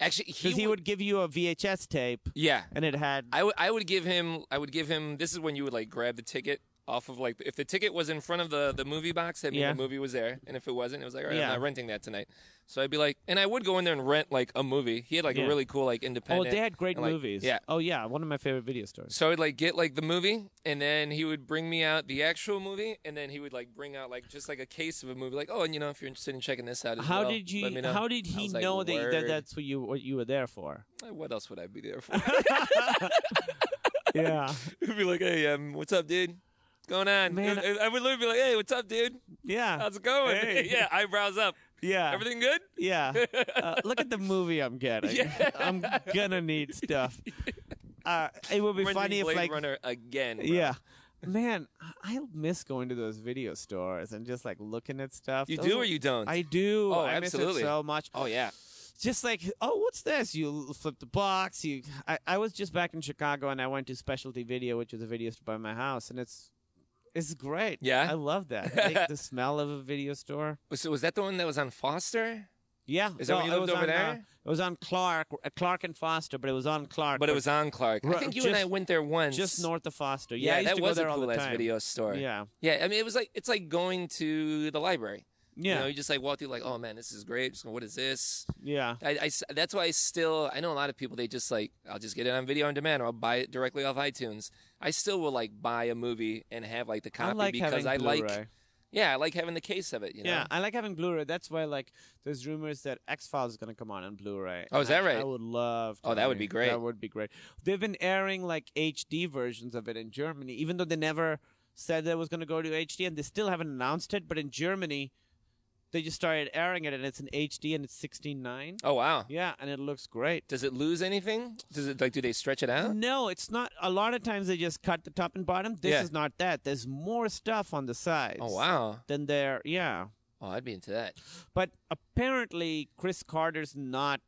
Actually, he,
Because he, would give you a VHS tape,
Yeah,
and it had
I would I would give him I would give him this is when you would like grab the ticket off of like if the ticket was in front of the the movie box that means
Yeah.
the movie was there and if it wasn't it was like all right
Yeah.
I'm not renting that tonight so I'd be like and I would go in there and rent like a movie he had like
Yeah.
a really cool like
oh,
independent
they had great
and, like-
movies.
yeah
Oh yeah, one of my favorite video stores.
so I'd like get like the movie and then he would bring me out the actual movie and then he would like bring out like just like a case of a movie like oh and you know if you're interested in checking this out as
How
well,
did
let me
you?
know.
How did
I
he
was like,
know that, that
"Word."
that's what you what you were there for?
what else would I be there for
Yeah,
He'd be like hey um what's up dude what's going on
Man,
I I would literally be like hey what's up dude
yeah,
How's it going?
Hey.
yeah, eyebrows up.
yeah.
Everything good?
Yeah. Uh, look at the movie I'm getting.
Yeah.
I'm gonna need stuff. Uh, it would be
We're doing
funny if
Blade
like
Runner again. bro.
yeah. Man, I- I miss going to those video stores and just like looking at stuff.
You
Those
do
are-
or you don't?
I do.
Oh,
I miss
absolutely.
it so much.
Oh yeah.
Just like, oh, what's this? You flip the box. You. I, I was just back in Chicago and I went to Specialty Video, which is a video store by my house, and it's it's great.
Yeah?
I love that. I like the smell of a video store.
So was that the one that was on Foster?
Yeah,
Is that
no,
when you
it
lived
was
over
on, uh,
there?
it was on Clark, uh, Clark and Foster, but it was on Clark.
But it was on Clark. I
Ru-
think you and
just-
I went there once.
just north of Foster.
Yeah,
Yeah, I used
that
to
was
go there
a
all
cool
the
ass
time.
video store.
Yeah,
Yeah, I mean it was like it's like going to the library.
yeah,
You know, you just like walk through like, oh man, this is great. Just, what is this?
yeah.
I, I s- that's why I still I know a lot of people they just like I'll just get it on video on demand or I'll buy it directly off iTunes. I still will like buy a movie and have like the
I
copy
like
because
having
I
Blu-ray.
like yeah I like having the case of it. You know?
Yeah, I like having Blu-ray. That's why, like, there's rumors that X Files is gonna come on on Blu-ray.
Oh, is that
I- I
right?
would love. To
Oh, that would be
I mean,
great.
That would be great. They've been airing like HD versions of it in Germany, even though they never said that it was gonna go to HD, and they still haven't announced it. But in Germany, they just started airing it, and it's in HD, and it's 16:9.
Oh wow.
Yeah, and it looks great.
Does it lose anything? Does it like do they stretch it out?
No, it's not. A lot of times they just cut the top and bottom. This
Yeah.
is not that. There's more stuff on the sides.
Oh wow.
Than there, yeah.
Oh, I'd be into that.
But apparently, Chris Carter's not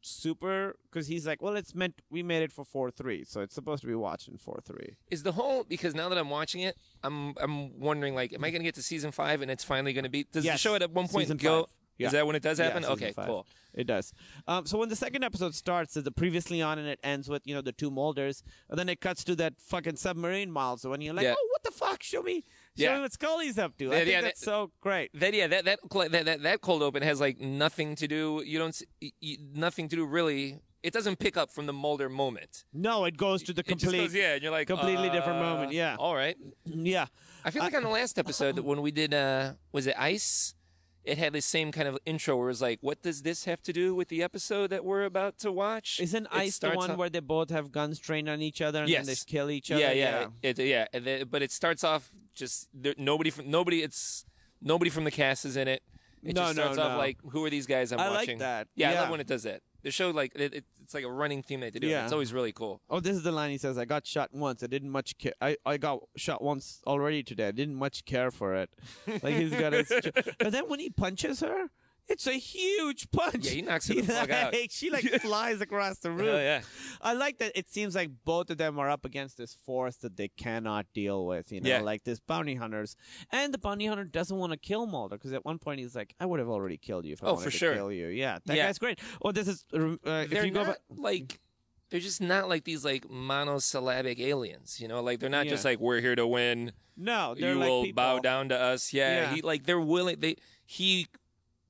super because he's like, well, it's meant we made it for four three, so it's supposed to be watching four three.
Is the whole because now that I'm watching it, I'm I'm wondering like, am I gonna get to season five and it's finally gonna be? Does
Yes.
the show at one point
Season
go?
five. Yeah.
Is that when it does
Yeah,
happen?
season
okay,
five.
cool.
It does. Um, so when the second episode starts, there's the previously on, and it ends with you know the two molders, and then it cuts to that fucking submarine Miles, and you're like,
Yeah.
oh, what the fuck? Show me, show
Yeah.
me what Scully's up to. I
Yeah,
think
yeah,
that's
that-
so great.
That yeah, that that cl- that that, that cold open has like nothing to do. You don't s- y- y- nothing to do really. It doesn't pick up from the Mulder moment.
No, it goes to the
It just
complete.
goes, yeah, and you're like
completely different
uh,
moment, yeah.
All right.
yeah.
I feel like on the last episode that when we did uh was it Ice? It had the same kind of intro where it was like, what does this have to do with the episode that we're about to watch?
Isn't
It
Ice the
starts
one
off-
where they both have guns trained on each other and
Yes.
then they kill each other?
Yeah, yeah, It, yeah. and then- but it starts off just there, nobody from nobody. It's nobody from the cast is in it. It
No,
just
no,
starts off
no.
like, who are these guys I'm
I like
watching?
that.
Yeah, I
Yeah.
love when it does that. The show like it, it, it's like a running theme they do. and
Yeah.
it's always really cool.
Oh, this is the line he says. I got shot once. I didn't much care. I, I got shot once already today. I didn't much care for it. Like he's got his. but then when he punches her, it's a huge punch.
Yeah, he knocks her the fuck out.
like- She like flies across the room.
Hell yeah.
I like that. It seems like both of them are up against this force that they cannot deal with. You know,
Yeah.
like this bounty hunters, and the bounty hunter doesn't want to kill Mulder because at one point he's like, "I would have already killed you if I
Oh,
wanted
for
to
sure.
kill you." Yeah, that
Yeah.
guy's great. Oh, this is uh, uh, if
they're
you go
not
back.
like they're just not like these like monosyllabic aliens. You know, like they're not
Yeah.
just like we're here to win.
No, they're
you
like
will
people.
bow down to us. Yeah,
Yeah.
He, like they're willing. They he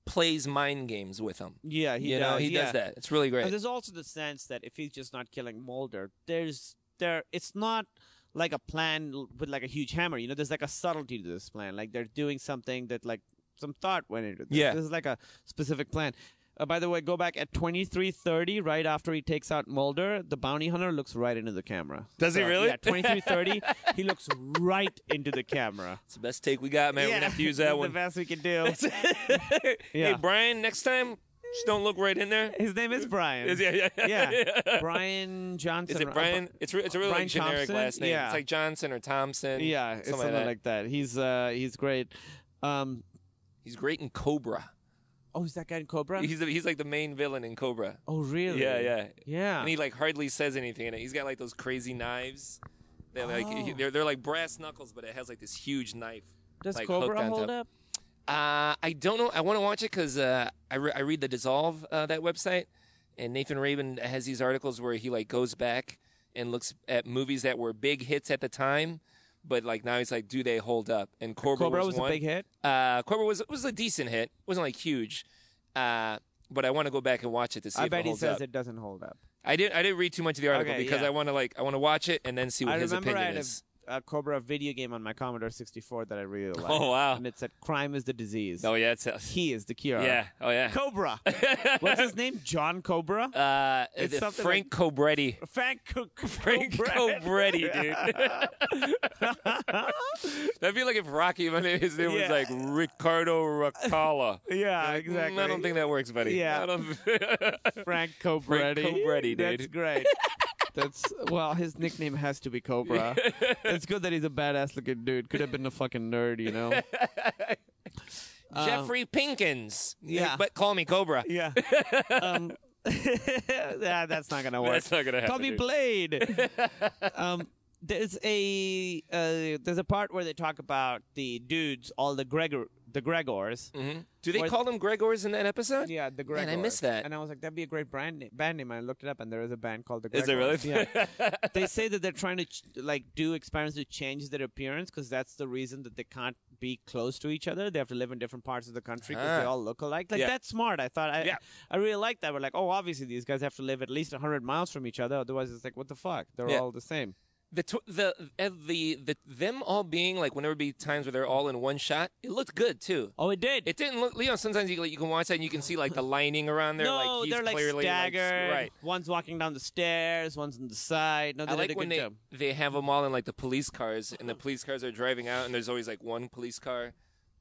plays mind games with them.
Yeah, he
you
does.
know, he
yeah.
does that. It's really great.
And there's also the sense that if he's just not killing Mulder, there's there it's not like a plan l- with like a huge hammer. You know, there's like a subtlety to this plan. Like they're doing something that like some thought went into this.
Yeah.
This is like a specific plan. Uh, by the way, go back at 23:30, right after he takes out Mulder. The bounty hunter looks right into the camera.
Does he really?
Yeah, 23:30, he looks right into the camera.
It's the best take we got, man. We're gonna have to use that
the
one.
best we can do.
Hey, Brian, next time Just don't look right in there.
His name is Brian.
Is- yeah, yeah,
yeah. Brian Johnson.
Is it
or-
Brian? It's re- it's a really
Brian
like generic
Thompson?
last name.
Yeah.
It's like Johnson or Thompson.
Yeah,
something,
it's something
like that.
like that. He's uh he's great. Um
He's great in Cobra.
oh, is that guy in Cobra?
He's the, he's like the main villain in Cobra.
oh, really?
Yeah, yeah.
Yeah.
And he like hardly says anything in it. He's got like those crazy knives. They're like
Oh.
he- they're, they're like brass knuckles, but it has like this huge knife.
Does
like, hooked
Cobra
on
hold
top.
up?
Uh, I don't know. I want to watch it because uh, I, re- I read the Dissolve uh, that website, and Nathan Raven has these articles where he like goes back and looks at movies that were big hits at the time, but like now he's like, do they hold up? And Cobra,
Cobra Uh, was a
one.
big hit?
Uh, Cobra was was a decent hit. It wasn't like huge, uh, but I want to go back and watch it to see.
I
if
bet
it
he
holds
says
up.
it doesn't hold up.
I didn't. I didn't read too much of the article
Okay,
because
yeah.
I want to like I want to watch it and then see what
I
his
remember I
opinion
had a,
is.
a Cobra video game on my Commodore 64 that I really liked.
Oh, wow.
And it said, "Crime is the disease.
Oh yeah, it's a,
He is the cure.
yeah. Oh yeah.
Cobra. What's his name? John Cobra.
uh,
It's
the
something
Frank Cobretti.
Frank Co- Co-
Frank
Cobra.
Cobretti, dude. That'd be like if Rocky, my name, his name was
Yeah.
like Ricardo Racala.
Yeah,
Like, mm,
exactly.
I don't think that works, buddy.
Yeah.
I don't-
Frank Cobretti.
Cobretti, dude.
That's great. That's well, his nickname has to be Cobra. it's good that he's a badass looking dude. Could have been a fucking nerd, you know. Uh,
Jeffrey Pinkins.
yeah.
But call me Cobra.
Yeah. Um, yeah, that's not gonna work.
That's not gonna happen.
Call me
dude.
Blade. um, there's a uh, there's a part where they talk about the dudes, all the Gregor, the Gregors.
Mhm. Do they
Or-
call them Gregors in that episode?
Yeah, the Gregors.
Man, I missed that.
And I was like, that'd be a great brand name. band name. I looked it up, and there is a band called the
Is there
Gregors.
really?
Yeah. they say that they're trying to ch- like do experiments to change their appearance because that's the reason that they can't be close to each other. They have to live in different parts of the country because they
Ah.
all look alike. Like
Yeah.
that's smart. I thought I
Yeah.
I really like that. We're like, oh, obviously these guys have to live at least hundred miles from each other. Otherwise, it's like, what the fuck? They're
Yeah.
all the same.
The, tw- the uh, the the them all being like when there would be times where they're all in one shot. It looked good too.
Oh, it did.
It didn't look, Leo. Sometimes you like, you can watch that and you can see like the lining around there.
no,
like he's
they're like
clearly like,
staggered.
right.
One's walking down the stairs. One's on the side. No, they
I
did
like
a
when
good
they,
job.
they have them all in like the police cars, and the police cars are driving out, and there's always like one police car.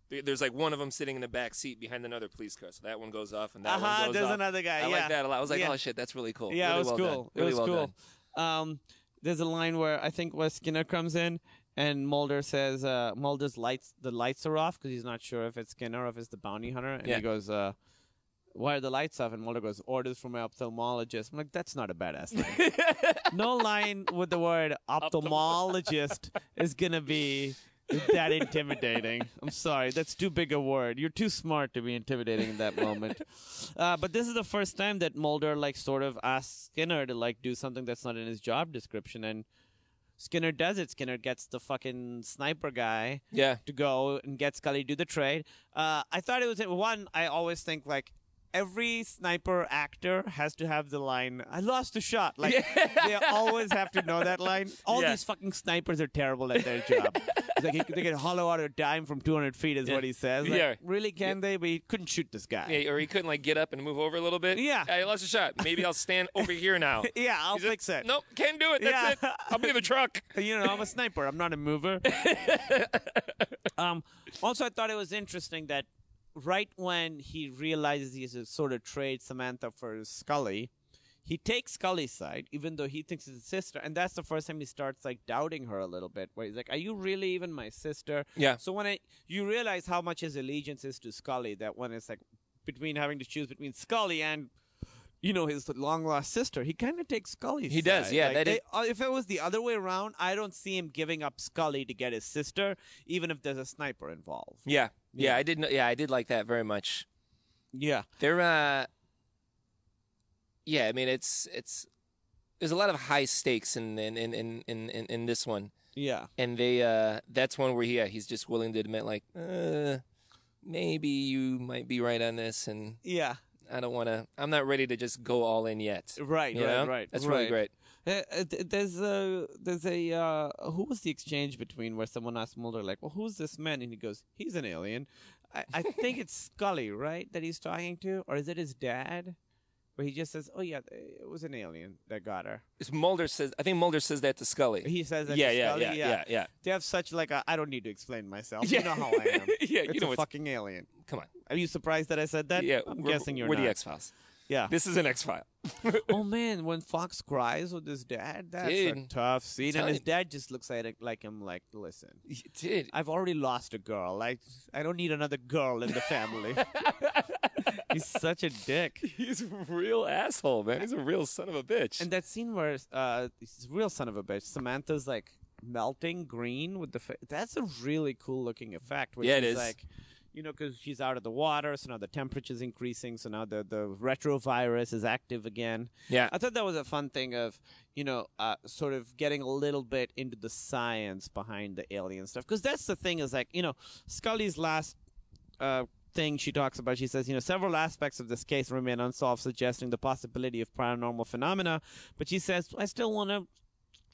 There- There's like one of them sitting in the back seat behind another police car, so that one goes off, and that
Uh-huh,
one goes
there's
off.
another guy,
I
yeah.
like that a lot. I was like,
Yeah.
oh shit, that's really cool.
Yeah,
really
it was
well
cool.
Done. Really
it was
well
cool.
done.
Um, there's a line where I think Wes Skinner comes in and Mulder says, uh, Mulder's lights, the lights are off because he's not sure if it's Skinner or if it's the bounty hunter. And
Yeah.
he goes, uh, why are the lights off? And Mulder goes, orders from my ophthalmologist. I'm like, that's not a badass line. no line with the word ophthalmologist is going to be that intimidating. I'm sorry, that's too big a word. You're too smart to be intimidating in that moment. Uh, but this is the first time that Mulder like sort of asks Skinner to like do something that's not in his job description, and Skinner does it. Skinner gets the fucking sniper guy
Yeah,
to go and get Scully to do the trade. Uh, I thought it was one. I always think like. Every sniper actor has to have the line, I lost the shot. Like, they always have to know that line. All
Yeah.
these fucking snipers are terrible at their job. It's like, he- they can hollow out a dime from 200 feet, is what he says. Like,
Yeah.
Really, can they? But he couldn't shoot this guy.
yeah, or he couldn't like get up and move over a little bit.
Yeah.
I lost a shot. Maybe I'll stand over here now.
Yeah, I'll
He's just,
fix it.
Nope, can't do it. That's
Yeah.
it. I'll be the truck.
You know, I'm a sniper. I'm not a mover. um, also, I thought it was interesting that right when he realizes he's a sort of trade Samantha for Scully, he takes Scully's side, even though he thinks it's his sister. And that's the first time he starts like doubting her a little bit, where he's like, "Are you really even my sister?"
Yeah.
So when I, you realize how much his allegiance is to Scully, that when it's like between having to choose between Scully and you know his long lost sister, he kind of takes Scully's.
He does,
side.
yeah,
Like,
that
they-
is-
uh, if it was the other way around, I don't see him giving up Scully to get his sister, even if there's a sniper involved.
Yeah, yeah.
Yeah.
I did. kn- Yeah, I did like that very much.
Yeah,
They're uh Yeah, I mean it's it's there's a lot of high stakes in in in in in, in, in this one.
yeah.
And they uh that's one where he, yeah, he's just willing to admit like uh maybe you might be right on this and
Yeah,
I don't want to I'm not ready to just go all in yet.
right,
You
right,
know?
right.
That's
right.
really great.
Uh, uh, th- there's a there's a uh, who was the exchange between where someone asked Mulder like, "Well, who's this man?" and he goes, "He's an alien." I, I think it's Scully, right, that he's talking to, or is it his dad? Where he just says, "Oh yeah, it was an alien that got her."
It's Mulder says I think Mulder says that to Scully.
He says that.
yeah,
to
yeah,
Scully,
yeah, yeah, yeah,
They have such like a I don't need to explain myself.
Yeah.
You know how I am.
Yeah, you
it's
know
a
what's-
fucking alien.
Come on.
Are you surprised that I said that?
yeah,
I'm
we're,
guessing you're
we're
not.
the X Files.
Yeah.
This is an X File.
oh man, when Fox cries with his dad, that's a
Dude.
tough scene, and
Telling
his
you.
dad just looks at it like him, like, listen,
Dude,
I've already lost a girl. Like, I don't need another girl in the family. He's such a dick.
he's a real asshole, man. He's a real son of a bitch.
And that scene where uh, he's a real son of a bitch. Samantha's like melting green with the fa- that's a really cool looking effect. Which
Yeah, it is.
is, Like, you know, because she's out of the water, so now the temperature's increasing, so now the the retrovirus is active again.
yeah.
I thought that was a fun thing of, you know, uh, sort of getting a little bit into the science behind the alien stuff. Because that's the thing is like, you know, Scully's last uh, thing she talks about, she says, you know, several aspects of this case remain unsolved, suggesting the possibility of paranormal phenomena. But she says, I still want to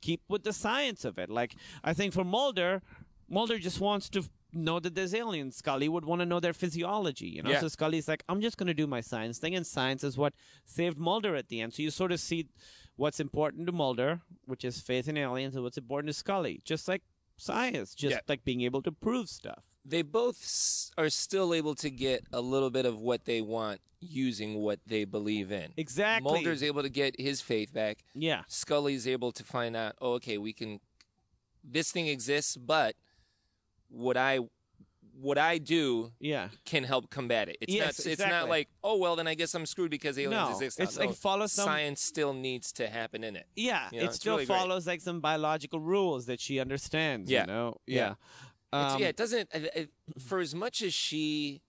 keep with the science of it. Like, I think for Mulder, Mulder just wants to. f- Know that there's aliens. Scully would want to know their physiology, you know.
Yeah.
So Scully's like, "I'm just going to do my science thing," and science is what saved Mulder at the end. So you sort of see what's important to Mulder, which is faith in aliens, and what's important to Scully, just like science, just
Yeah.
like being able to prove stuff.
they both s- are still able to get a little bit of what they want using what they believe in.
Exactly.
Mulder's able to get his faith back.
yeah.
Scully's able to find out, oh, okay, we can. This thing exists, but what I what I do
Yeah.
can help combat it. It's
Yes,
not. It's not
exactly.
like, oh well, then I guess I'm screwed because aliens
No,
exist.
it's like follow some-
science still needs to happen in it.
Yeah.
You know,
it
it's
still
really great.
follows like some biological rules that she understands.
Yeah.
You know?
Yeah. It's-
Um,
yeah, it doesn't. I, I, for as much as she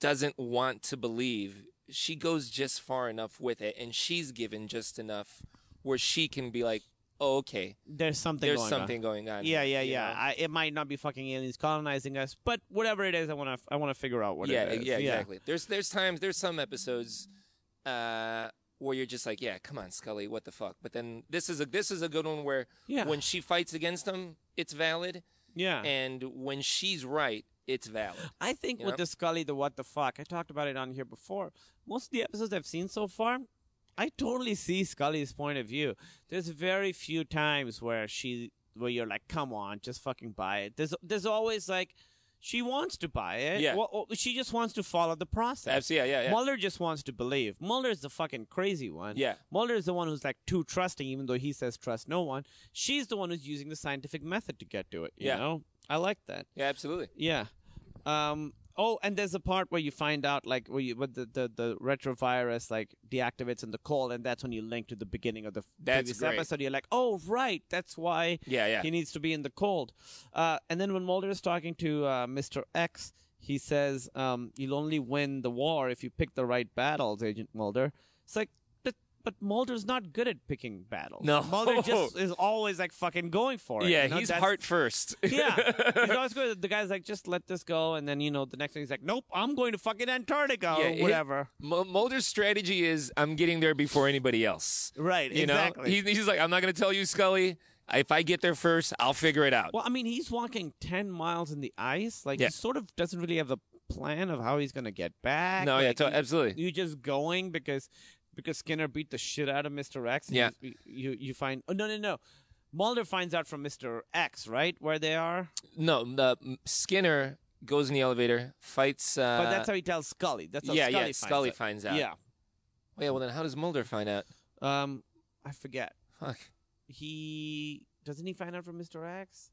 doesn't want to believe, she goes just far enough with it, and she's given just enough where she can be like, "Oh, okay,
There's something
there's
going on.
something going on."
Yeah,
here,
yeah,
you
yeah.
know?
I, it might not be fucking aliens colonizing us, but whatever it is, I want to. I want to figure out what
yeah,
it is.
yeah, exactly. There's there's times there's some episodes uh, where you're just like, "Yeah, come on, Scully, what the fuck?" But then this is a this is a good one where
Yeah.
when she fights against him, it's valid,
Yeah.
and when she's right, it's valid.
I think
You
with
know?
the Scully, the what the fuck, I talked about it on here before. Most of the episodes I've seen so far, I totally see Scully's point of view. There's very few times where she, where you're like, come on, just fucking buy it. There's, there's always like, she wants to buy it.
Yeah.
Well, well, she just wants to follow the process.
Abs- yeah, yeah, yeah.
Mulder just wants to believe. Mulder's the fucking crazy one.
Yeah.
Mulder is the one who's like too trusting, even though he says trust no one. She's the one who's using the scientific method to get to it. You
Yeah.
know? I like that.
Yeah, absolutely.
Yeah. Um. Oh, and there's a part where you find out like where you what the, the the retrovirus like deactivates in the cold, and that's when you link to the beginning of the f-
That's
previous
great.
episode. You're like, oh right, that's why
Yeah, yeah.
he needs to be in the cold. Uh, and then when Mulder is talking to uh, Mr. X, he says, um, "You'll only win the war if you pick the right battles, Agent Mulder." It's like, but but Mulder's not good at picking battles.
No.
Mulder just is always like fucking going for it.
Yeah,
you know?
he's
That's-
heart first.
yeah, he's always good. The guy's like, just let this go, and then you know the next thing he's like, nope, I'm going to fucking Antarctica
Yeah,
or
it-
whatever.
M- Mulder's strategy is I'm getting there before anybody else.
right,
You know, He- he's like, I'm not going to tell you, Scully. If I get there first, I'll figure it out.
well, I mean, he's walking ten miles in the ice. Like
Yeah.
he sort of doesn't really have a plan of how he's going to get back.
no, yeah,
Like,
to-
you-
absolutely.
You're just going because because Skinner beat the shit out of Mr. X. and
Yeah.
you, you you find oh no no no, Mulder finds out from Mr. X right where they are,
No, the Skinner goes in the elevator, fights. Uh,
but that's how he tells Scully. That's how
yeah,
Scully
yeah.
finds
Scully
out.
finds out.
Yeah,
Well, yeah. Well, then how does Mulder find out?
um, I forget.
Fuck.
he doesn't he find out from Mr. X?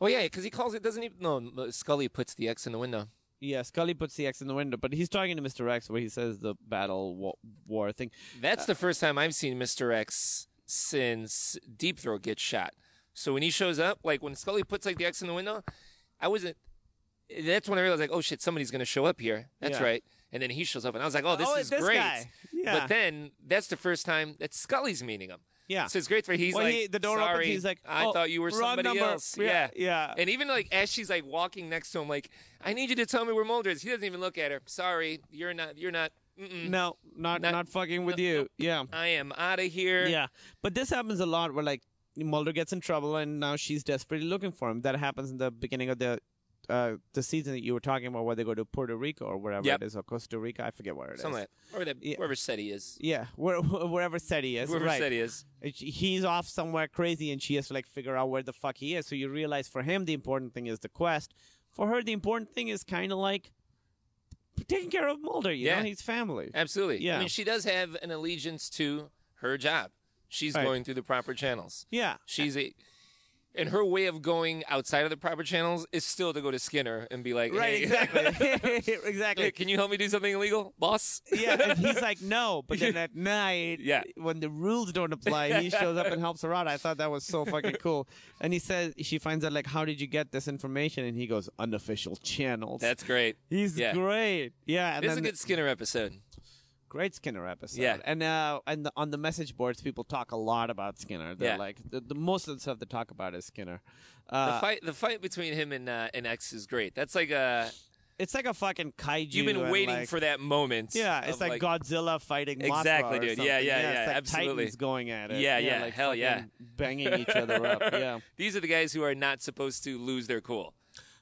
Oh yeah, because he calls it. Doesn't he? No, M- Scully puts the X in the window.
Yeah, Scully puts the X in the window, but he's talking to Mr. X where he says the battle war, war thing.
That's the first time I've seen Mr. X since Deep Throat gets shot. So when he shows up, like when Scully puts like the X in the window, I wasn't. That's when I realized, like, oh shit, somebody's gonna show up here. That's
Yeah.
right. And then he shows up, and I was like, oh, this
Oh,
is
this
great.
guy. Yeah.
But then that's the first time that Scully's meeting him.
Yeah.
So it's great for he's
Well,
like
he- the door opens,
Sorry,
he's like,
I
"Oh,
thought you were
wrong
somebody
number."
else.
Yeah,
Yeah,
yeah.
And even like as she's like walking next to him, like I need you to tell me where Mulder is. He doesn't even look at her. Sorry, you're not. You're not. Mm-mm.
No, not not,
Not-
fucking with you. Yeah.
I am out of here.
Yeah. But this happens a lot where like Mulder gets in trouble and now she's desperately looking for him. That happens in the beginning of the uh, the season that you were talking about where they go to Puerto Rico or wherever
Yep.
it is or Costa Rica, I forget where it is.
Something like that. Or that,
Yeah.
wherever SETI is.
Yeah, where, wherever SETI is.
Wherever
right.
SETI is.
And she- he's off somewhere crazy and she has to like figure out where the fuck he is so you realize for him the important thing is the quest for her, the important thing is kind of like taking care of Mulder. You
Yeah.
know, his family.
Absolutely. I
Yeah.
mean, she does have an allegiance to her job. She's
Right.
going through the proper channels.
yeah.
She's a, and her way of going outside of the proper channels is still to go to Skinner and be like, "Hey,
Right. Exactly. exactly.
hey, can you help me do something illegal, boss?
yeah, and he's like, no. But then at night,
Yeah.
when the rules don't apply, he shows up and helps her out. I thought that was so fucking cool. And he says, she finds out, like, how did you get this information? And he goes, unofficial channels.
That's great.
He's
yeah.
great. Yeah. And
This is a
then
good Skinner episode.
great Skinner episode.
Yeah.
And uh, and the, on the message boards, people talk a lot about Skinner. They're
Yeah.
like, the, the most of the stuff they talk about is Skinner.
The
Uh,
fight, the fight between him and uh, and X is great. That's like a
it's like a fucking kaiju.
you've been
and,
waiting
like-
for that moment.
Yeah, it's
of,
like, Godzilla fighting Mothra
Exactly,
or
dude. Yeah,
something.
yeah,
it's
yeah,
like
absolutely.
Titans going at it.
Yeah, yeah,
like
hell yeah.
fucking banging each other up. Yeah,
These are the guys who are not supposed to lose their cool,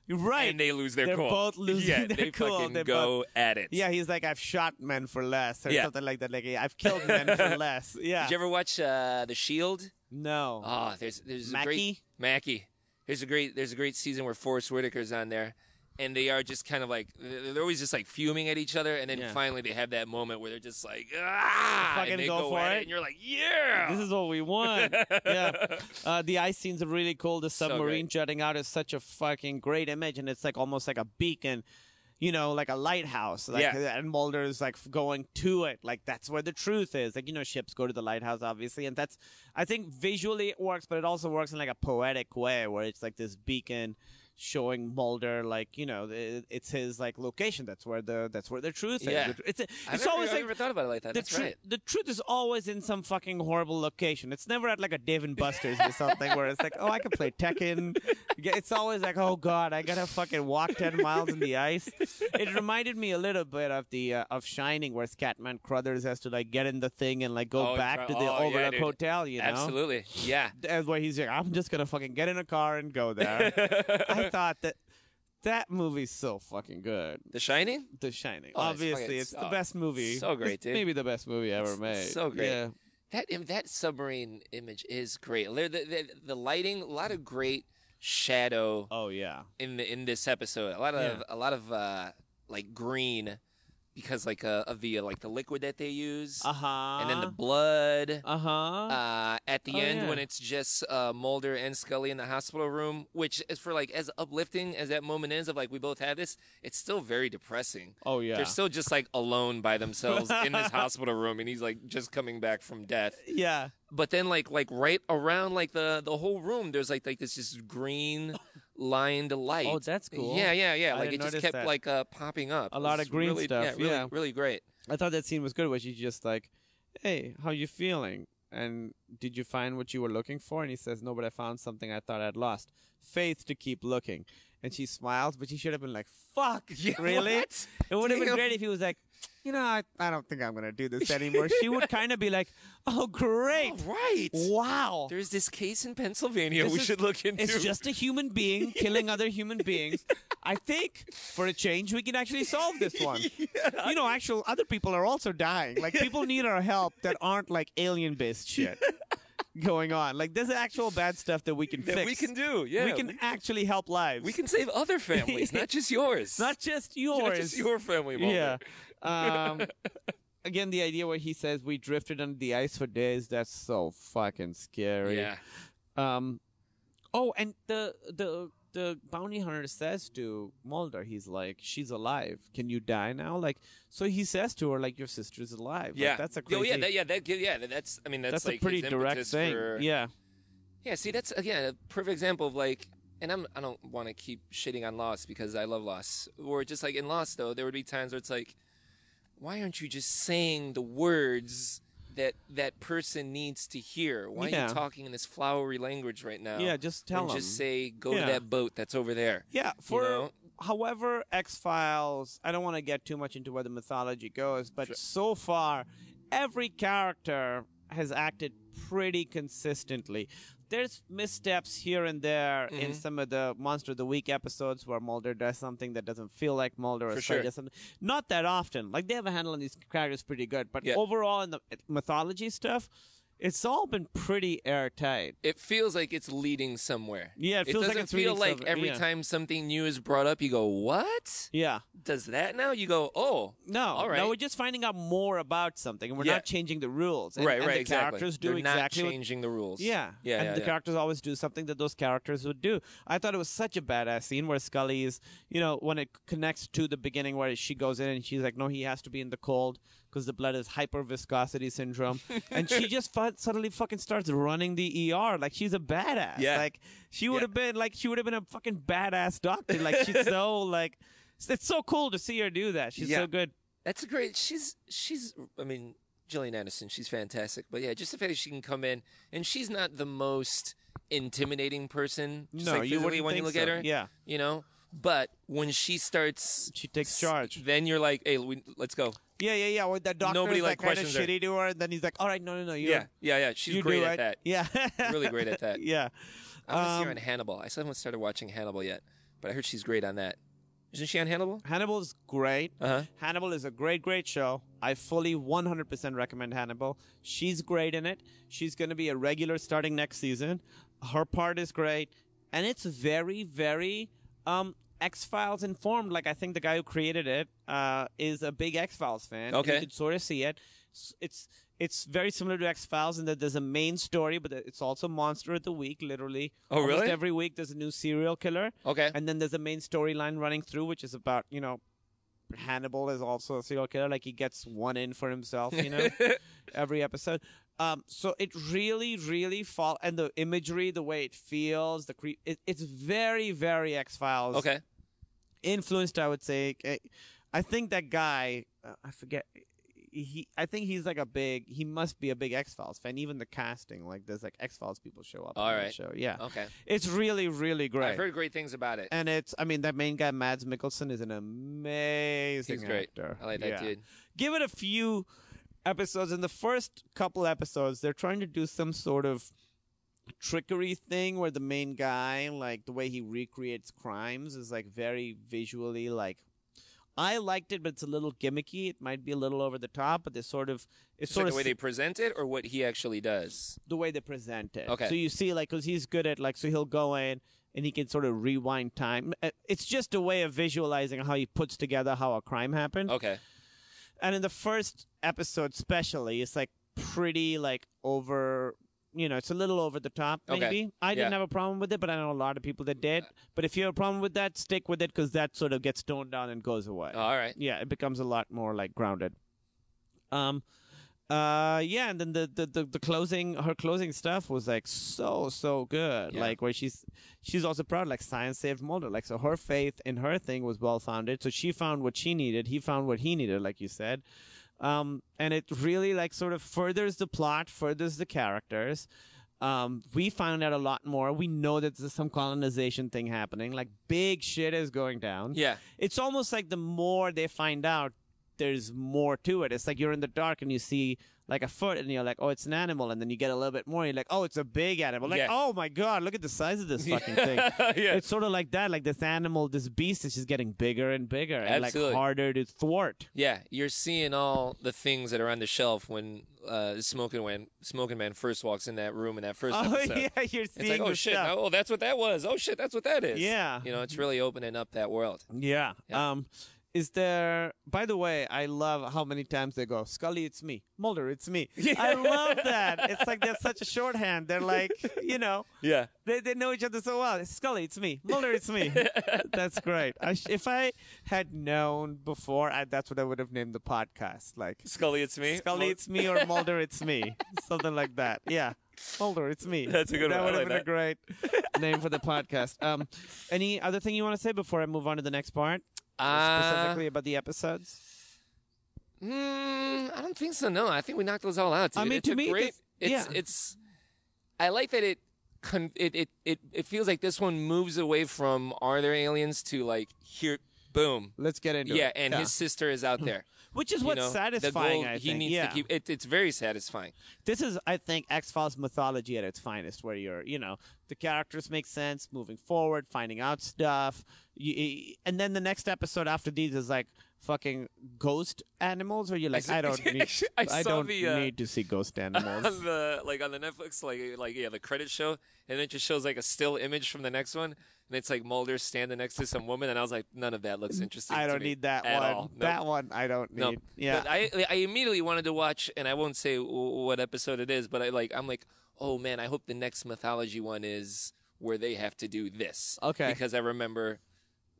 you're right.
and they lose their
They're
cool.
both losing
yeah,
their
they
cool.
fucking
They're
go at it.
yeah, he's like, I've shot men for less or
Yeah.
something like that. Like, I've killed men for less. Yeah.
Did you ever watch uh, The Shield?
no.
Oh, there's there's a
Mackey?
great Mackey. There's a great there's a great season where Forrest Whitaker's on there, and they are just kind of like they're they're always just like fuming at each other, and then
Yeah.
finally they have that moment where they're just like ah,
Fucking
and they
go for
at
it.
and you're like yeah.
This is what we want. yeah. Uh, the ice scenes are really cool. The
So
submarine
great.
jutting out is such a fucking great image, and it's like almost like a beacon. You know, like a lighthouse. Like,
Yeah.
And Mulder is like going to it. Like, that's where the truth is. Like, you know, ships go to the lighthouse, obviously. And that's, I think visually it works, but it also works in like a poetic way where it's like this beacon showing Mulder, like, you know, it, it's his like location. That's where the, that's where the truth
Yeah.
is. It's, it's,
I've
it's
never,
always
I've
like,
never thought about it like that.
the
That's
tru-
right.
The truth is always in some fucking horrible location. It's never at like a Dave and Buster's or something where it's like, oh, I can play Tekken. Yeah, It's always like, oh god, I gotta fucking walk ten miles in the ice. It reminded me a little bit of the uh, of Shining, where Scatman Crothers has to like get in the thing and like go
Oh,
back
try-
to the
oh, yeah,
Overlook
dude.
Hotel. You know,
Absolutely. Yeah.
That's where he's like, I'm just gonna fucking get in a car and go there. I thought that. That movie's so fucking good.
The Shining.
The Shining.
Oh, it's
Obviously,
fucking-
it's, the
oh,
best movie.
so great,
It's
dude.
Maybe the best movie ever made.
so great.
Yeah.
That im- that submarine image is great. The, the, the lighting, a lot of great shadow
Oh yeah.
in the, in this episode. A lot of a lot of uh, like green because like uh, of the uh, like the liquid that they use,
Uh huh.
and then the blood.
Uh huh.
Uh, at the
Oh,
end,
yeah.
when it's just uh, Mulder and Scully in the hospital room, which is for like as uplifting as that moment is of like we both have this, it's still very depressing.
Oh yeah.
They're still just like alone by themselves in this hospital room, and he's like just coming back from death.
yeah.
But then like like right around like the the whole room, there's like like this just green lined light.
Oh, that's cool.
Yeah, yeah,
I
yeah. like
didn't
it just
notice
kept
that.
like uh popping up.
A
It
lot
was
of green
really,
stuff,
Yeah, really,
yeah.
really great.
I thought that scene was good. Where she's just like, "Hey, how you feeling? And did you find what you were looking for?" And he says, "No, but I found something I thought I'd lost: faith to keep looking." And she smiles, but she should have been like, "Fuck,
Yeah,
really?"
what?
It would have been
Damn.
great if he was like. You know, I, I don't think I'm gonna do this anymore. she would kind of be like, "Oh, great!
Right.
Wow,
There's this case in Pennsylvania
This
we
is-
should look into.
It's just a human being killing other human beings. I think for a change, we can actually solve this one. You know, actual other people are also dying. Like people need our help that aren't like alien based shit going on. Like there's actual bad stuff that we can
that
fix.
we can do. Yeah.
we can actually help lives.
we can save other families, not just yours.
not just yours.
Not just your family, Mulder.
Yeah. Um, again, the idea where he says we drifted under the ice for days. That's so fucking scary.
Yeah.
Um, oh, and the the the bounty hunter says to Mulder, he's like, "She's alive. Can you die now?" Like, so he says to her, "Like your sister's alive." Like,
Yeah.
that's a crazy.
Oh, yeah, that, yeah, that, yeah, that's, I mean, that's,
that's
like
a pretty
his
direct
impetus
thing.
For,
Yeah,
Yeah, see, that's again a perfect example of like, and I'm I don't want to keep shitting on Lost because I love Lost, or just like in Lost though, there would be times where it's like, why aren't you just saying the words that that person needs to hear? Why are
Yeah.
you talking in this flowery language right now?
Yeah, just tell
and
them.
Just say, go
Yeah.
to that boat that's over there.
yeah. For
know?
however, X Files. I don't want to get too much into where the mythology goes, but so far, every character has acted pretty consistently. There's missteps here and there
Mm-hmm.
in some of the Monster of the Week episodes where Mulder does something that doesn't feel like Mulder or
For
Scully
sure.
does something. Not that often. Like they have a handle on these characters pretty good, but
Yeah.
overall in the mythology stuff, it's all been pretty airtight.
It feels like it's leading somewhere.
Yeah, it feels like
doesn't
it's
feel
leading
like
somewhere,
every
yeah.
time something new is brought up, you go, "What
Yeah.
does that now?" You go, "Oh,
No,
all right."
no, we're just finding out more about something, and we're
Yeah.
not changing the rules. And,
right,
and
right,
the
exactly.
characters do
They're
exactly
not
what-
changing the rules.
Yeah,
yeah,
and
yeah,
the
yeah.
characters always do something that those characters would do. I thought it was such a badass scene where Scully is, you know, when it connects to the beginning where she goes in and she's like, "No, he has to be in the cold because the blood is hyper viscosity syndrome," and she just fu- suddenly fucking starts running the ER like she's a badass.
Yeah.
like she would have been like she would have been a fucking badass doctor. Like she's so like. It's so cool to see her do that. She's
Yeah.
so good.
That's a great. She's she's. I mean, Gillian Anderson. She's fantastic. But yeah, just the fact that she can come in and she's not the most intimidating person. Just
No,
like
you
physically
wouldn't
when you
think
look
so.
at her.
Yeah.
you know. But when she starts,
She takes charge.
Then you're like, "Hey, we, let's go."
Yeah, yeah, yeah. Well, that doctor
Nobody,
is
like,
like, kind of
questions her.
shitty to her, and then he's like, "All right, no, no, no, you,
Yeah, yeah, yeah. She's
you
great
do
at
it."
that.
Yeah,
Really great at that.
yeah.
I want to see her
Um,
on Hannibal. I still haven't started watching Hannibal yet, but I heard she's great on that. Isn't she on Hannibal?
Hannibal's great.
Uh huh.
Hannibal is a great, great show. I fully 100% recommend Hannibal. She's great in it. She's going to be a regular starting next season. Her part is great, and it's very, very um, X Files informed. Like I think the guy who created it uh, is a big X Files fan.
Okay.
you could sort of see it. S- It's it's very similar to X Files in that there's a main story, but it's also Monster of the Week. Literally,
Oh,
Almost
really?
Every week there's a new serial killer.
Okay.
And then there's a main storyline running through, which is about, you know, Hannibal is also a serial killer. Like he gets one in for himself, you know, every episode. Um, so it really, really fall and the imagery, the way it feels, the creep, it, it's very, very X Files
Okay.
influenced. I would say, Eh, I think that guy, uh, I forget, he, I think he's like a big, he must be a big X Files fan. Even the casting, like there's like X Files people show up.
All
on the
right.
show, yeah,
Okay.
it's really, really great.
I've heard great things about it.
And it's, I mean, that main guy, Mads Mikkelsen, is an amazing
He's great.
actor.
I like that
Yeah.
dude.
Give it a few episodes. In the first couple episodes, they're trying to do some sort of trickery thing where the main guy, like the way he recreates crimes, is like very visually like. I liked it, but it's a little gimmicky. It might be a little over the top, but they sort of it's
Just
sort
like
of
the way
s-
they present it or what he actually does.
the way they present it.
Okay.
So you see, like, because he's good at, like, so he'll go in and he can sort of rewind time. Uh, It's just a way of visualizing how he puts together how a crime happened.
Okay.
And in the first episode, especially, it's like pretty, like, over. You know, it's a little over the top,
Okay.
maybe. I didn't
Yeah. Uh,
have a problem with it, but I know a lot of people that did. But if you have a problem with that, stick with it because that sort of gets toned down and goes away.
All right.
Yeah, it becomes a lot more like grounded. Um uh yeah, and then the the, the, the closing her closing stuff was like so so good.
Yeah.
Like where she's she's also proud like science saved Mulder. Like so her faith in her thing was well founded. So she found what she needed, he found what he needed like you said. Um and it really like sort of furthers the plot, furthers the characters. Um, we found out a lot more. We know that there's some colonization thing happening. Like big shit is going down
Yeah.
it's almost like the more they find out there's more to it it's like you're in the dark and you see like a foot and you're like oh it's an animal and then you get a little bit more and you're like oh it's a big animal like
Yeah.
oh my god look at the size of this fucking thing
yeah.
it's sort of like that like this animal this beast is just getting bigger and bigger and
Absolutely.
like harder to thwart
Yeah. You're seeing all the things that are on the shelf when uh, Smoking Man, Smoking Man first walks in that room in that first
oh
episode.
yeah you're
It's
seeing
like, oh
the
shit!
stuff.
Oh, that's what that was. Oh shit! That's what that is.
Yeah.
You know, it's really opening up that world.
Yeah.
Yeah.
Um, is there? By the way, I love how many times they go, "Scully, it's me. Mulder, it's me." I love that. It's like they're such a shorthand. They're like, you know,
Yeah.
they they know each other so well. Scully, it's me. Mulder, it's me. that's great. I sh- if I had known before, I, that's what I would have named the podcast. Like
Scully, it's me.
Scully, it's me, or Mulder, it's me, something like that. Yeah, Mulder, it's me.
That's a good
That
one.
would
I
have
like
been a great name for the podcast. Um, any other thing you want to say before I move on to the next part,
Uh,
specifically about the episodes?
Mm, I don't think so. No, I think we knocked those all out. Dude.
I mean,
it's
to
a
me,
great,
it's-
it's,
yeah.
it's. I like that it, con- it, it, it, it feels like this one moves away from are there aliens to like here. Boom.
Let's get into
Yeah,
it.
and his sister is out there.
which is
You
what's
know, the
satisfying.
goal
I think.
he needs
yeah.
to keep. It, it's very satisfying.
this is i think x-files mythology at its finest where you're you know the characters make sense moving forward finding out stuff You- you, and then the next episode after these is like fucking ghost animals where you're like
saw-
i don't need
I
i,
saw
don't
the, uh,
need to see ghost
on
animals
the like on the Netflix like like yeah the credit show and it just shows like a still image from the next one and it's like Mulder standing next to some woman and I was like none of that looks interesting.
i
to
don't
me
need that
at
one
All. Nope.
that one i don't need
Nope.
yeah
But I I immediately wanted to watch and I won't say w- what episode it is but I like I'm like oh man I hope the next mythology one is where they have to do this
Okay.
because I remember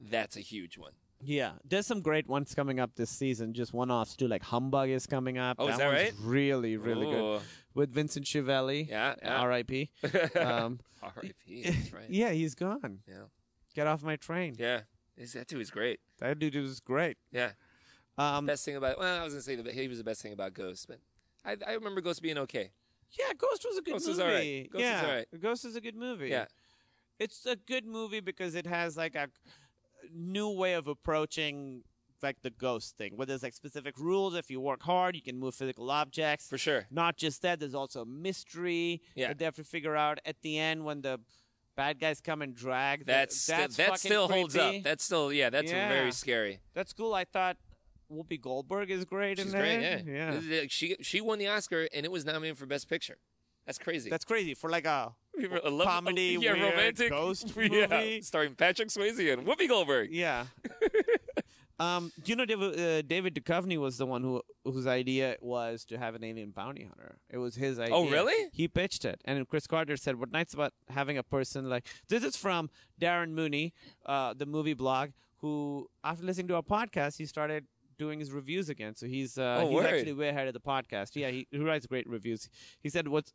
that's a huge one.
yeah there's some great ones coming up this season just one-offs too like humbug is coming up
Oh,
that
is that
one's
right?
really really
Ooh.
good with vincent uh, chiavelli
Oh, Yeah, yeah.
r.i.p um,
R.I.P. That's right.
yeah he's gone
Yeah.
get off my train
Yeah. Is- That dude is great.
That dude was great.
Yeah.
Um,
Best thing about well, I was gonna say the, he was the best thing about Ghost, but I, I remember Ghost being okay.
yeah, Ghost was a good
Ghost is
movie.
alright. Ghost is
yeah,
alright.
Ghost is a good movie.
Yeah,
it's a good movie because it has like a new way of approaching like the ghost thing, where there's like specific rules. If you work hard, you can move physical objects.
for sure.
Not just that, there's also a mystery
Yeah.
that they have to figure out at the end when the bad guys come and drag. the-
That's that,
that's
that
fucking
still holds up.
creepy.
That's still yeah. That's
Yeah.
very scary.
that's cool. I thought Whoopi Goldberg is great
She's
in
great.
there.
Yeah, This is, like, She she won the Oscar and it was nominated for Best Picture. That's crazy.
that's crazy for like a
We were- I love-
comedy,
yeah,
weird
romantic
ghost
yeah,
movie.
starring Patrick Swayze and Whoopi Goldberg.
Yeah. um, do you know David, uh, David Duchovny was the one who whose idea it was to have an alien bounty hunter? It was his idea.
Oh, really?
He pitched it, and Chris Carter said, "What nice about having a person like this is from Darren Mooney, uh, the movie blog, who after listening to our podcast, he started." Doing his reviews again, so he's uh,
Oh,
he's
word.
actually way ahead of the podcast. Yeah, he, he writes great reviews. He said what's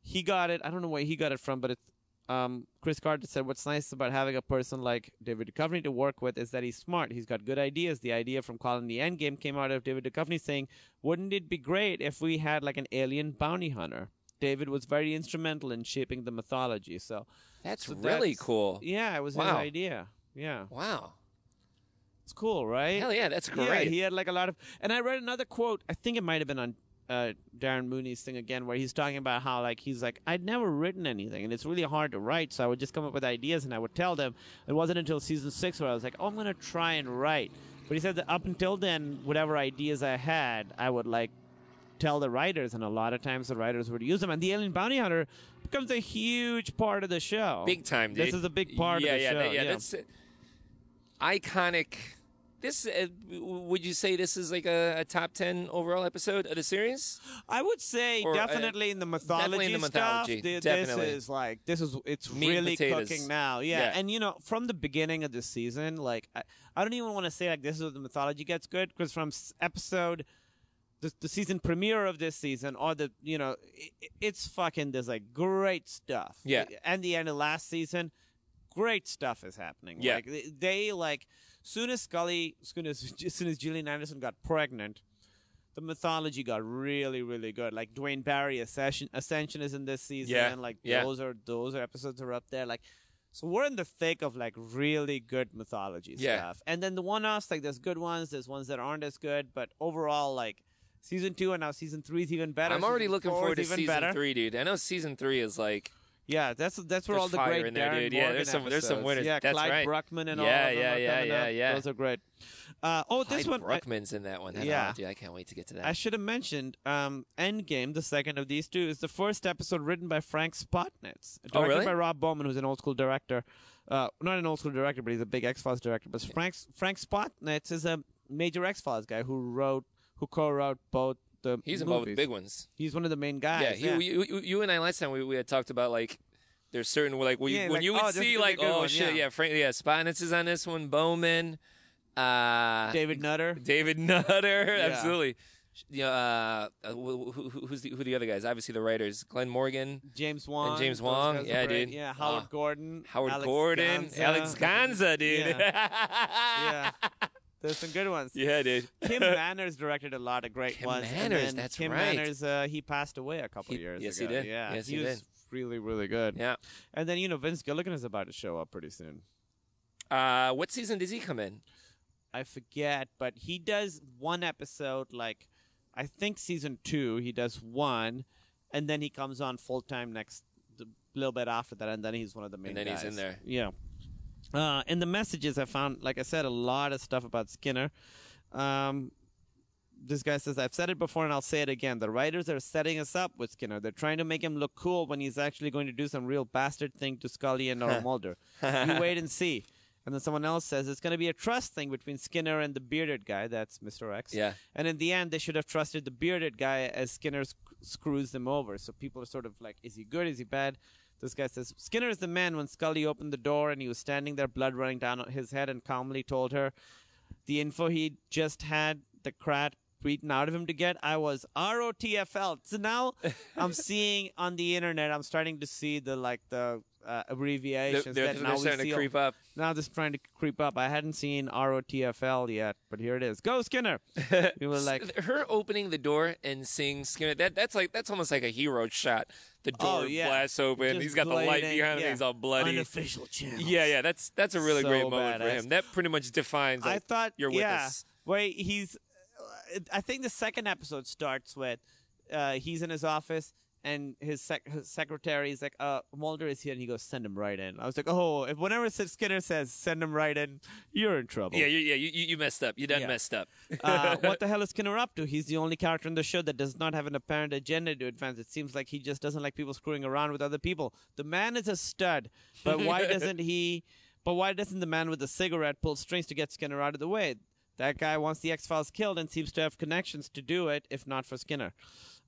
he got it. I don't know where he got it from, but it's um, Chris Carter said, "What's nice about having a person like David Duchovny to work with is that he's smart. He's got good ideas. The idea from Colony Endgame came out of David Duchovny saying, "Wouldn't it be great if we had like an alien bounty hunter?" David was very instrumental in shaping the mythology. So,
That's
so
really
that's-
cool.
Yeah, it was his
Wow.
idea. Yeah,
Wow.
it's cool, right?
Hell yeah, that's
Yeah,
great.
he had like a lot of. And I read another quote. I think it might have been on uh, Darren Mooney's thing again, where he's talking about how like he's like I'd never written anything, and it's really hard to write. So I would just come up with ideas, and I would tell them. It wasn't until season six where I was like, oh, I'm gonna try and write. But he said that up until then, whatever ideas I had, I would like tell the writers, and a lot of times the writers would use them. And the Alien Bounty Hunter becomes a huge part of the show.
Big time, dude.
This is a big part
yeah,
of the
yeah,
show.
that- yeah, That's uh, iconic. This uh, w- would you say this is like a, a top ten overall episode of the series?
I would say
Or, uh,
definitely in the mythology
definitely in the mythology,
stuff. th-
definitely.
This is like this is it's
Meat and
really
potatoes.
cooking now. Yeah.
Yeah.
and you know from the beginning of the season, like I, I don't even want to say like this is where the mythology gets good because from s- episode. The, the season premiere of this season, or the you know, i i- it's fucking there's like great stuff. E,
Yeah.
and the end of last season, great stuff is happening.
Yeah.
like, they, they like soon as Scully, soon as soon as Gillian Anderson got pregnant, the mythology got really, really good. Like Dwayne Barry Ascension, Ascension is in this season.
Yeah,
and Like
yeah.
those are those are episodes are up there. Like so we're in the thick of like really good mythology
Yeah.
stuff. And then the one offs, like there's good ones, there's ones that aren't as good, but overall like season two and now season three is even better.
I'm already
season
looking
four
forward
is
to
even
season
better.
three, dude. I know season three is like
Yeah, that's that's where
There's
all the
fire
great
in there,
Darren
dude. Yeah,
Morgan
there's some- there's some
episodes.
winners.
Yeah,
That's right.
Clyde Bruckman and all
Yeah,
of them
yeah,
are
yeah,
coming
yeah,
up.
yeah.
Those are great. Uh, oh,
Clyde
this one I-
Bruckman's in that one. Yeah,
Yeah.
oh, dude, I can't wait to get to that.
I should have mentioned um, Endgame, the second of these two, is the first episode written by Frank Spotnitz, directed
Oh, really?
by Rob Bowman, who's an old school director. Uh, not an old school director, but he's a big X Files director. But Frank Frank Spotnitz is a major X Files guy who wrote, who co-wrote both the.
He's
movies.
involved with big ones.
He's one of the main guys.
yeah, he, You, you, you and I last time we, we had talked about like there's certain like we,
Yeah,
when
like,
you would
oh, this
see
is gonna be
like
a good
oh
one,
shit
yeah.
yeah Frank yeah Spinitz is on this one Bowman, uh,
David Nutter.
David Nutter absolutely. You know, uh, who, who, who's the, who the other guys? Obviously the writers Glenn Morgan,
James Wong.
And James
those
Wong,
guys are
yeah,
great.
dude.
Yeah, Howard
Ah.
Gordon.
Howard
Alex
Gordon,
Gonza.
Alex Gonza, dude.
Yeah. There's some good ones.
Yeah, dude.
Kim Manners directed a lot of great
Kim
ones. and
Manners,
then
that's
Kim
right.
Manners, uh, he passed away a couple
He-
of years
yes, he
ago.
did.
Yeah,
Yes,
he,
he
was
did.
really, really good.
Yeah.
And then you know Vince Gilligan is about to show up pretty soon.
Uh, what season does he come in?
I forget, but he does one episode, like I think season two. He does one, and then he comes on full time next the little bit after that, and then he's one of the main.
And then he's
guys.
in there.
Yeah. Uh, in the messages, I found, like I said, a lot of stuff about Skinner. Um, this guy says, I've said it before and I'll say it again. The writers are setting us up with Skinner. They're trying to make him look cool when he's actually going to do some real bastard thing to Scully and or Mulder. you wait and see. And then someone else says it's going to be a trust thing between Skinner and the bearded guy. That's Mr. X.
Yeah.
And in the end, they should have trusted the bearded guy as Skinner sc- screws them over. So people are sort of like, is he good? Is he bad? This guy says Skinner is the man when Scully opened the door and he was standing there, blood running down his head, and calmly told her the info he just had the crap beaten out of him to get. I was ROTFL. So now I'm seeing on the internet, I'm starting to see the like the uh, abbreviations
They're, they're,
that now
they're
we
starting
see
to creep up.
now this is trying to creep up. I hadn't seen ROTFL yet, but here it is. Go Skinner. we were like,
her opening the door and seeing Skinner. That that's like that's almost like a hero shot. The door
Oh, yeah.
blasts open.
Just
he's got the light
blading,
behind him.
yeah.
He's all bloody.
Unofficial channels.
Yeah, yeah. That's that's a really
So
great moment for
badass.
him. That pretty much defines. Like,
I thought,
your
yeah.
witness.
Wait, he's. I think the second episode starts with uh, he's in his office and his, sec- his secretary is like, uh, Mulder is here, and he goes, send him right in. I was like, oh, if whenever Skinner says send him right in, you're in trouble.
Yeah, you, yeah. You, you you messed up. You done
Yeah.
messed up.
uh, what the hell is Skinner up to? He's the only character in the show that does not have an apparent agenda to advance. It seems like he just doesn't like people screwing around with other people. The man is a stud, but why doesn't he? But why doesn't the man with the cigarette pull strings to get Skinner out of the way? That guy wants the X Files killed and seems to have connections to do it, if not for Skinner.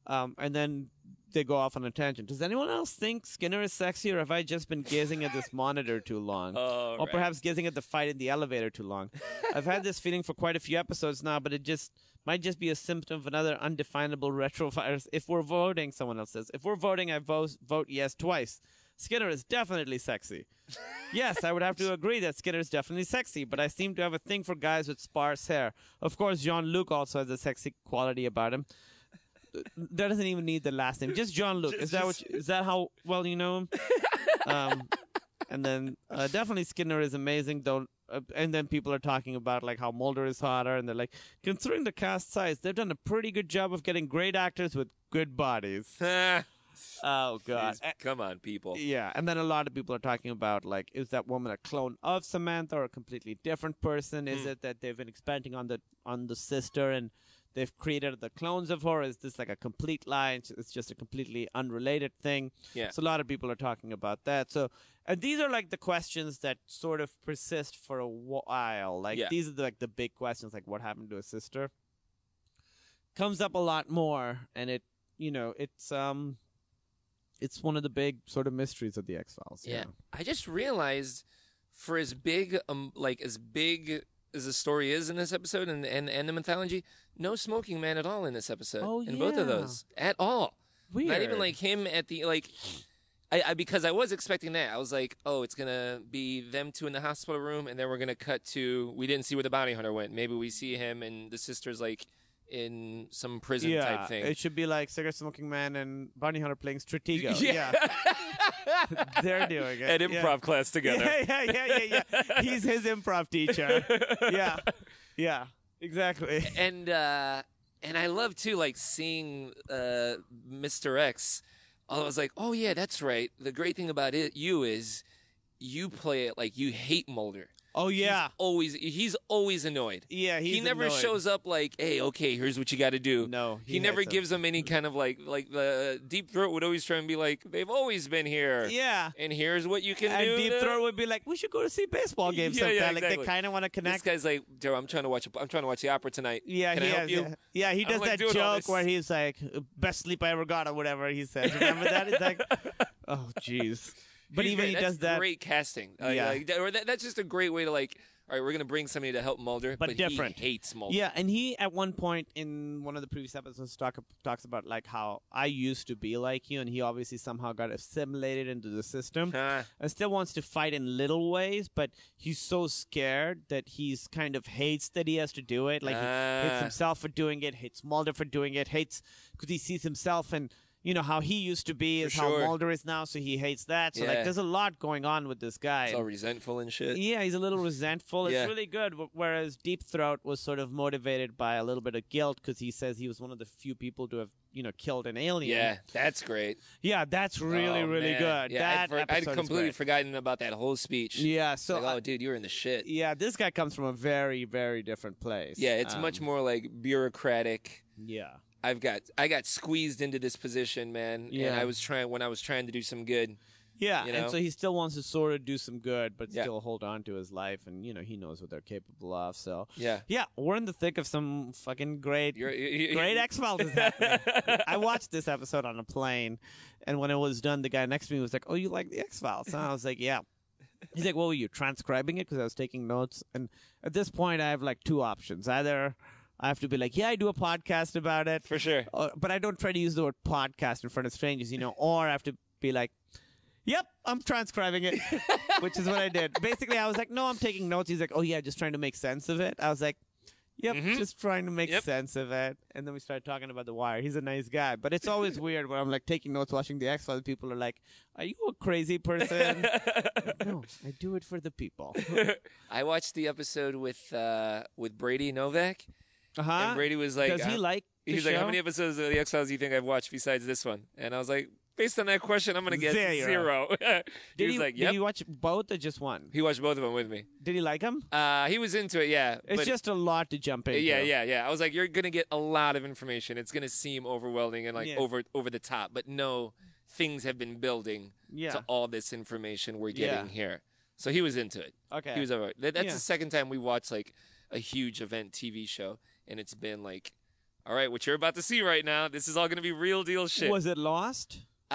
Um, and then they go off on a tangent. Does anyone else think Skinner is sexy, or have I just been gazing at this monitor too long?
Oh,
or
right.
perhaps gazing at the fight in the elevator too long. I've had this feeling for quite a few episodes now, but it just might just be a symptom of another undefinable retrovirus. If we're voting, someone else says, if we're voting, I vote, vote yes twice. Skinner is definitely sexy. yes, I would have to agree that Skinner is definitely sexy, but I seem to have a thing for guys with sparse hair. Of course, Jean Luc also has a sexy quality about him. That doesn't even need the last name. Just Jean Luc. Is that what? Is that how well you know him? um, and then uh, definitely Skinner is amazing. Don't uh, and then people are talking about like how Mulder is hotter, and they're like, considering the cast size, they've done a pretty good job of getting great actors with good bodies.
Ah,
Oh god, e
jeez, come on, people.
yeah, and then a lot of people are talking about like, is that woman a clone of Samantha or a completely different person? Is
Hmm.
it that they've been expanding on the on the sister and they've created the clones of her? Is this like a complete lie? It's- It's just a completely unrelated thing.
Yeah.
So a lot of people are talking about that. So and these are like the questions that sort of persist for a while. Like
Yeah.
these are the, like the big questions, like what happened to a sister. Comes up a lot more, and it you know it's um it's one of the big sort of mysteries of the X Files.
Yeah. I just realized for as big um like as big as the story is in this episode and and, and the mythology, no smoking man at all in this episode.
Oh,
in both of
yeah.
those. At all.
Weird.
Not even like him at the like I, I because I was expecting that. I was like, oh, it's gonna be them two in the hospital room and then we're gonna cut to we didn't see where the bounty hunter went. Maybe we see him and the sisters like in some prison
yeah,
type thing.
it should be like cigarette smoking man and Bounty Hunter playing Stratego. Yeah, they're doing it
At
Yeah.
improv class together.
Yeah, yeah, yeah, yeah, yeah. He's his improv teacher. Yeah, yeah, exactly.
and uh and I love too like seeing uh Mr. X. I was like, "Oh yeah, that's right. The great thing about it you is you play it like you hate Mulder.
Oh yeah,
Always he's always annoyed.
yeah. He's
he never
annoyed.
shows up like, "Hey, okay, here's what you got to do."
No, he
He, never
hates 'em.
gives him any kind of like like the deep throat would always try and be like, "They've always been here."
Yeah.
And here's what you can do.
And
to-
Deep Throat would be like, "We should go to see baseball games
Yeah, yeah,
sometime." Like
exactly.
they kind of want to
This
connect.
guy's like, "Joe, I'm trying to watch i I'm trying to watch the opera tonight.
Yeah,
can
he
I help
has.
you?"
yeah. Yeah, he
I'm,
does
like,
that
doing all
joke
this.
where he's like, "Best sleep I ever got" or whatever he says. Remember that? It's like, oh, jeez. But
He's
even
great.
he does
That's
that.
Great casting. Like,
Yeah.
like, that- or that, that's just a great way to like. All right, we're gonna bring somebody to help Mulder,
But
but,
different.
He hates Mulder.
Yeah, and he at one point in one of the previous episodes talk, talks about like how I used to be like you, and he obviously somehow got assimilated into the system.
Ah.
and still wants to fight in little ways, but he's so scared that he's kind of hates that he has to do it. Like he
Ah.
hates himself for doing it, hates Mulder for doing it, hates because he sees himself and you know, how he used to be
For
is
sure.
how Mulder is now, so he hates that. So
Yeah.
like, there's a lot going on with this guy.
It's all resentful and shit.
yeah, he's a little resentful. It's
Yeah.
really good. wh- Whereas Deep Throat was sort of motivated by a little bit of guilt because he says he was one of the few people to have, you know, killed an alien.
Yeah, that's great.
Yeah, that's really,
Oh,
really
man.
good.
Yeah,
that
I'd, for- I'd
episode is
completely
great.
forgotten about that whole speech.
Yeah, so
like,
I-
oh, dude, you were in the shit.
yeah, this guy comes from a very, very different place.
Yeah, it's
Um,
much more like bureaucratic.
Yeah,
I've got I got squeezed into this position, man. And
Yeah.
I was trying when I was trying to do some good.
yeah,
You know?
and so he still wants to sort of do some good, but
Yeah.
still hold on to his life, and you know he knows what they're capable of. So
Yeah.
yeah, we're in the thick of some fucking great,
You're, you you-
great X Files is happening. I watched this episode on a plane, and when it was done, the guy next to me was like, "Oh, you like the X Files?" And I was like, "Yeah." He's like, "What were you transcribing it?" Because I was taking notes, and at this point, I have like two options: either I have to be like, "Yeah, I do a podcast about it,"
for sure.
or, Uh, but I don't try to use the word podcast in front of strangers, you know, or I have to be like, yep, I'm transcribing it, which is what I did. Basically, I was like, no, I'm taking notes. He's like, oh, yeah, just trying to make sense of it. I was like, yep, just trying to make
Mm-hmm. Yep.
sense of it. And then we started talking about The Wire. He's a nice guy, but it's always weird when I'm like taking notes, watching The X Files. People are like, are you a crazy person? no, I do it for the people.
I watched the episode with uh with Brady Novak,
Uh huh.
and Brady was like,
Does he
uh,
like? the
He's like,
show?"
how many episodes of The X Files do you think I've watched besides this one? And I was like, based on that question, I'm gonna guess zero.
Zero.
he
Did
was
he,
like,
did
yep.
he watch both or just one?
He watched both of them with me.
Did he like him?
Uh, he was into it, yeah.
It's
but-
just a lot to jump into.
yeah, yeah, yeah. I was like, you're gonna get a lot of information. It's gonna seem overwhelming and like
Yeah.
over over the top, but no, things have been building
Yeah.
to all this information we're getting
Yeah.
here. So he was into it.
Okay.
oh, he was over. That, that's
Yeah.
the second time we watched like a huge event TV show, and it's been like, all right, what you're about to see right now, this is all gonna be real deal shit.
Was it Lost?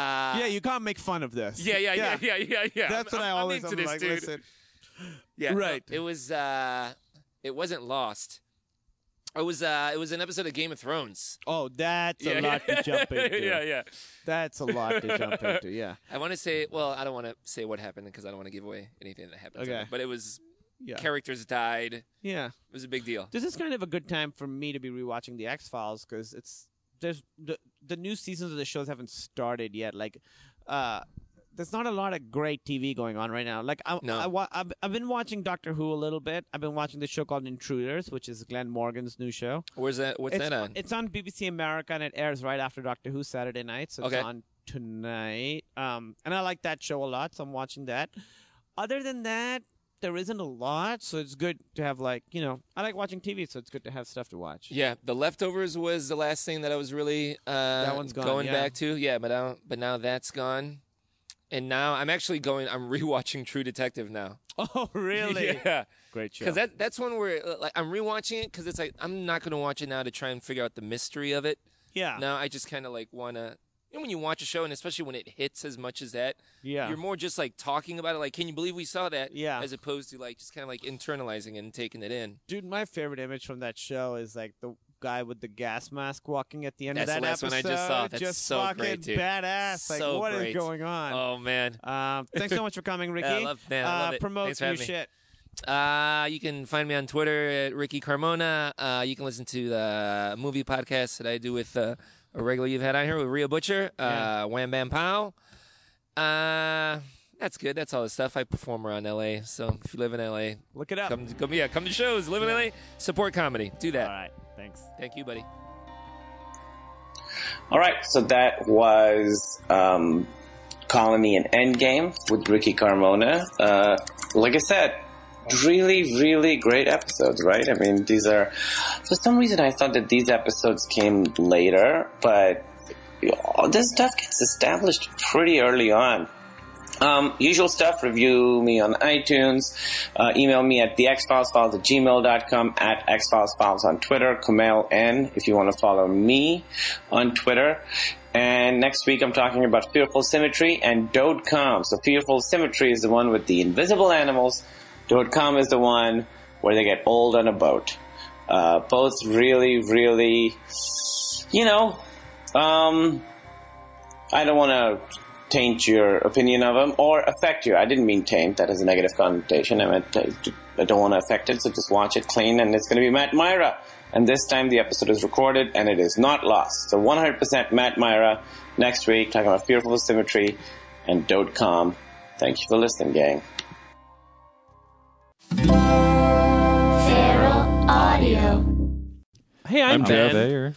uh,
yeah, you can't make fun of this.
yeah, yeah, yeah, yeah, yeah, yeah.
That's
I'm,
what i
I'm- I'm
always
into
am
this,
like.
dude.
Listen,
Yeah.
Right.
It was uh it wasn't lost. It was uh it was an episode of Game of Thrones.
oh, that's
yeah,
a lot
yeah.
to jump into.
yeah, yeah.
That's a lot to jump into. Yeah,
I want to say well, I don't want to say what happened because I don't want to give away anything that happened.
Okay.
But it was
yeah,
characters died. It
yeah.
was a big deal.
This is kind of a good time for me to be rewatching the X Files because it's there's the the new seasons of the shows haven't started yet. Like, uh, there's not a lot of great TV going on right now. Like, I,
No.
I, wa- I've, I've been watching Doctor Who a little bit. I've been watching this show called Intruders, which is Glenn Morgan's new show.
Where's that what's
it's,
that on?
It's on BBC America and it airs right after Doctor Who Saturday night, so
Okay.
it's on tonight. Um, and I like that show a lot, so I'm watching that. Other than that, there isn't a lot, so it's good to have like you know I like watching TV, so it's good to have stuff to watch.
yeah, The Leftovers was the last thing that I was really uh that
one's gone,
going
yeah.
back to. Yeah, but now but now that's gone. And now I'm actually going I'm rewatching True Detective now.
Oh really?
Yeah.
Great show.
Because that that's one where uh, like I'm rewatching it because it's like I'm not gonna watch it now to try and figure out the mystery of it.
yeah.
Now I just kind of like wanna. You know, when you watch a show and especially when it hits as much as that,
Yeah.
you're more just like talking about it. Like, can you believe we saw that?
Yeah.
As opposed to like just kind of like internalizing it and taking it in.
Dude, my favorite image from that show is like the guy with the gas mask walking at the end
That's
of
the
that
last one I
episode.
just saw. That's
just
so
fucking
great, dude.
badass. Like
So
what is
great.
going on?
Oh man.
Um, thanks so much for coming, Ricky.
Yeah, I love- man, I
uh,
love it.
Promote
Thanks for
new
having me.
shit.
Uh, you can find me on Twitter at Ricky Carmona. Uh, you can listen to the movie podcast that I do with uh, a regular you've had on here with Rhea Butcher, uh,
Yeah.
Wham Bam Pow. Uh, that's good. That's all the stuff. I perform around LA. So if you live in LA,
Look it up.
come, come yeah, come to shows. Live in LA. Support comedy. Do that.
All right. Thanks.
Thank you, buddy.
All right, so that was um, Colony and Endgame with Ricky Carmona. Uh, like I said, really, really great episodes, right? I mean, these are. For some reason, I thought that these episodes came later, but all this stuff gets established pretty early on. Um, usual stuff, review me on iTunes, uh, email me at thexfilesfiles at gmail.com, at xfilesfiles on Twitter, Kumail N if you want to follow me on Twitter. And next week I'm talking about Fearful Symmetry and Dodecom. So Fearful Symmetry is the one with the invisible animals. Dodecom is the one where they get old on a boat. Uh, both really, really, you know, um, I don't want to taint your opinion of him or affect you. I didn't mean taint; that has a negative connotation. I meant I, I don't want to affect it. So just watch it clean, and it's going to be Matt Myra. And this time the episode is recorded and it is not lost. So 100% Matt Myra next week talking about fearful symmetry and dotcom. Thank you for listening, gang.
Feral Audio.
Hey, I'm, Ben.
there.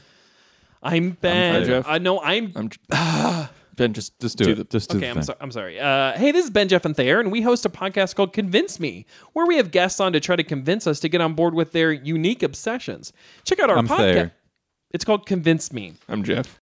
I'm Ben. i
Jeff.
no, I'm.
I'm. ben, just just do,
Do
it.
it.
Just do
Okay,
the
I'm,
thing.
so- I'm sorry. Uh, hey, this is Ben, Jeff, and Thayer, and we host a podcast called Convince Me, where we have guests on to try to convince us to get on board with their unique obsessions. Check out our
I'm
podcast.
Thayer.
It's called Convince Me.
I'm Jeff.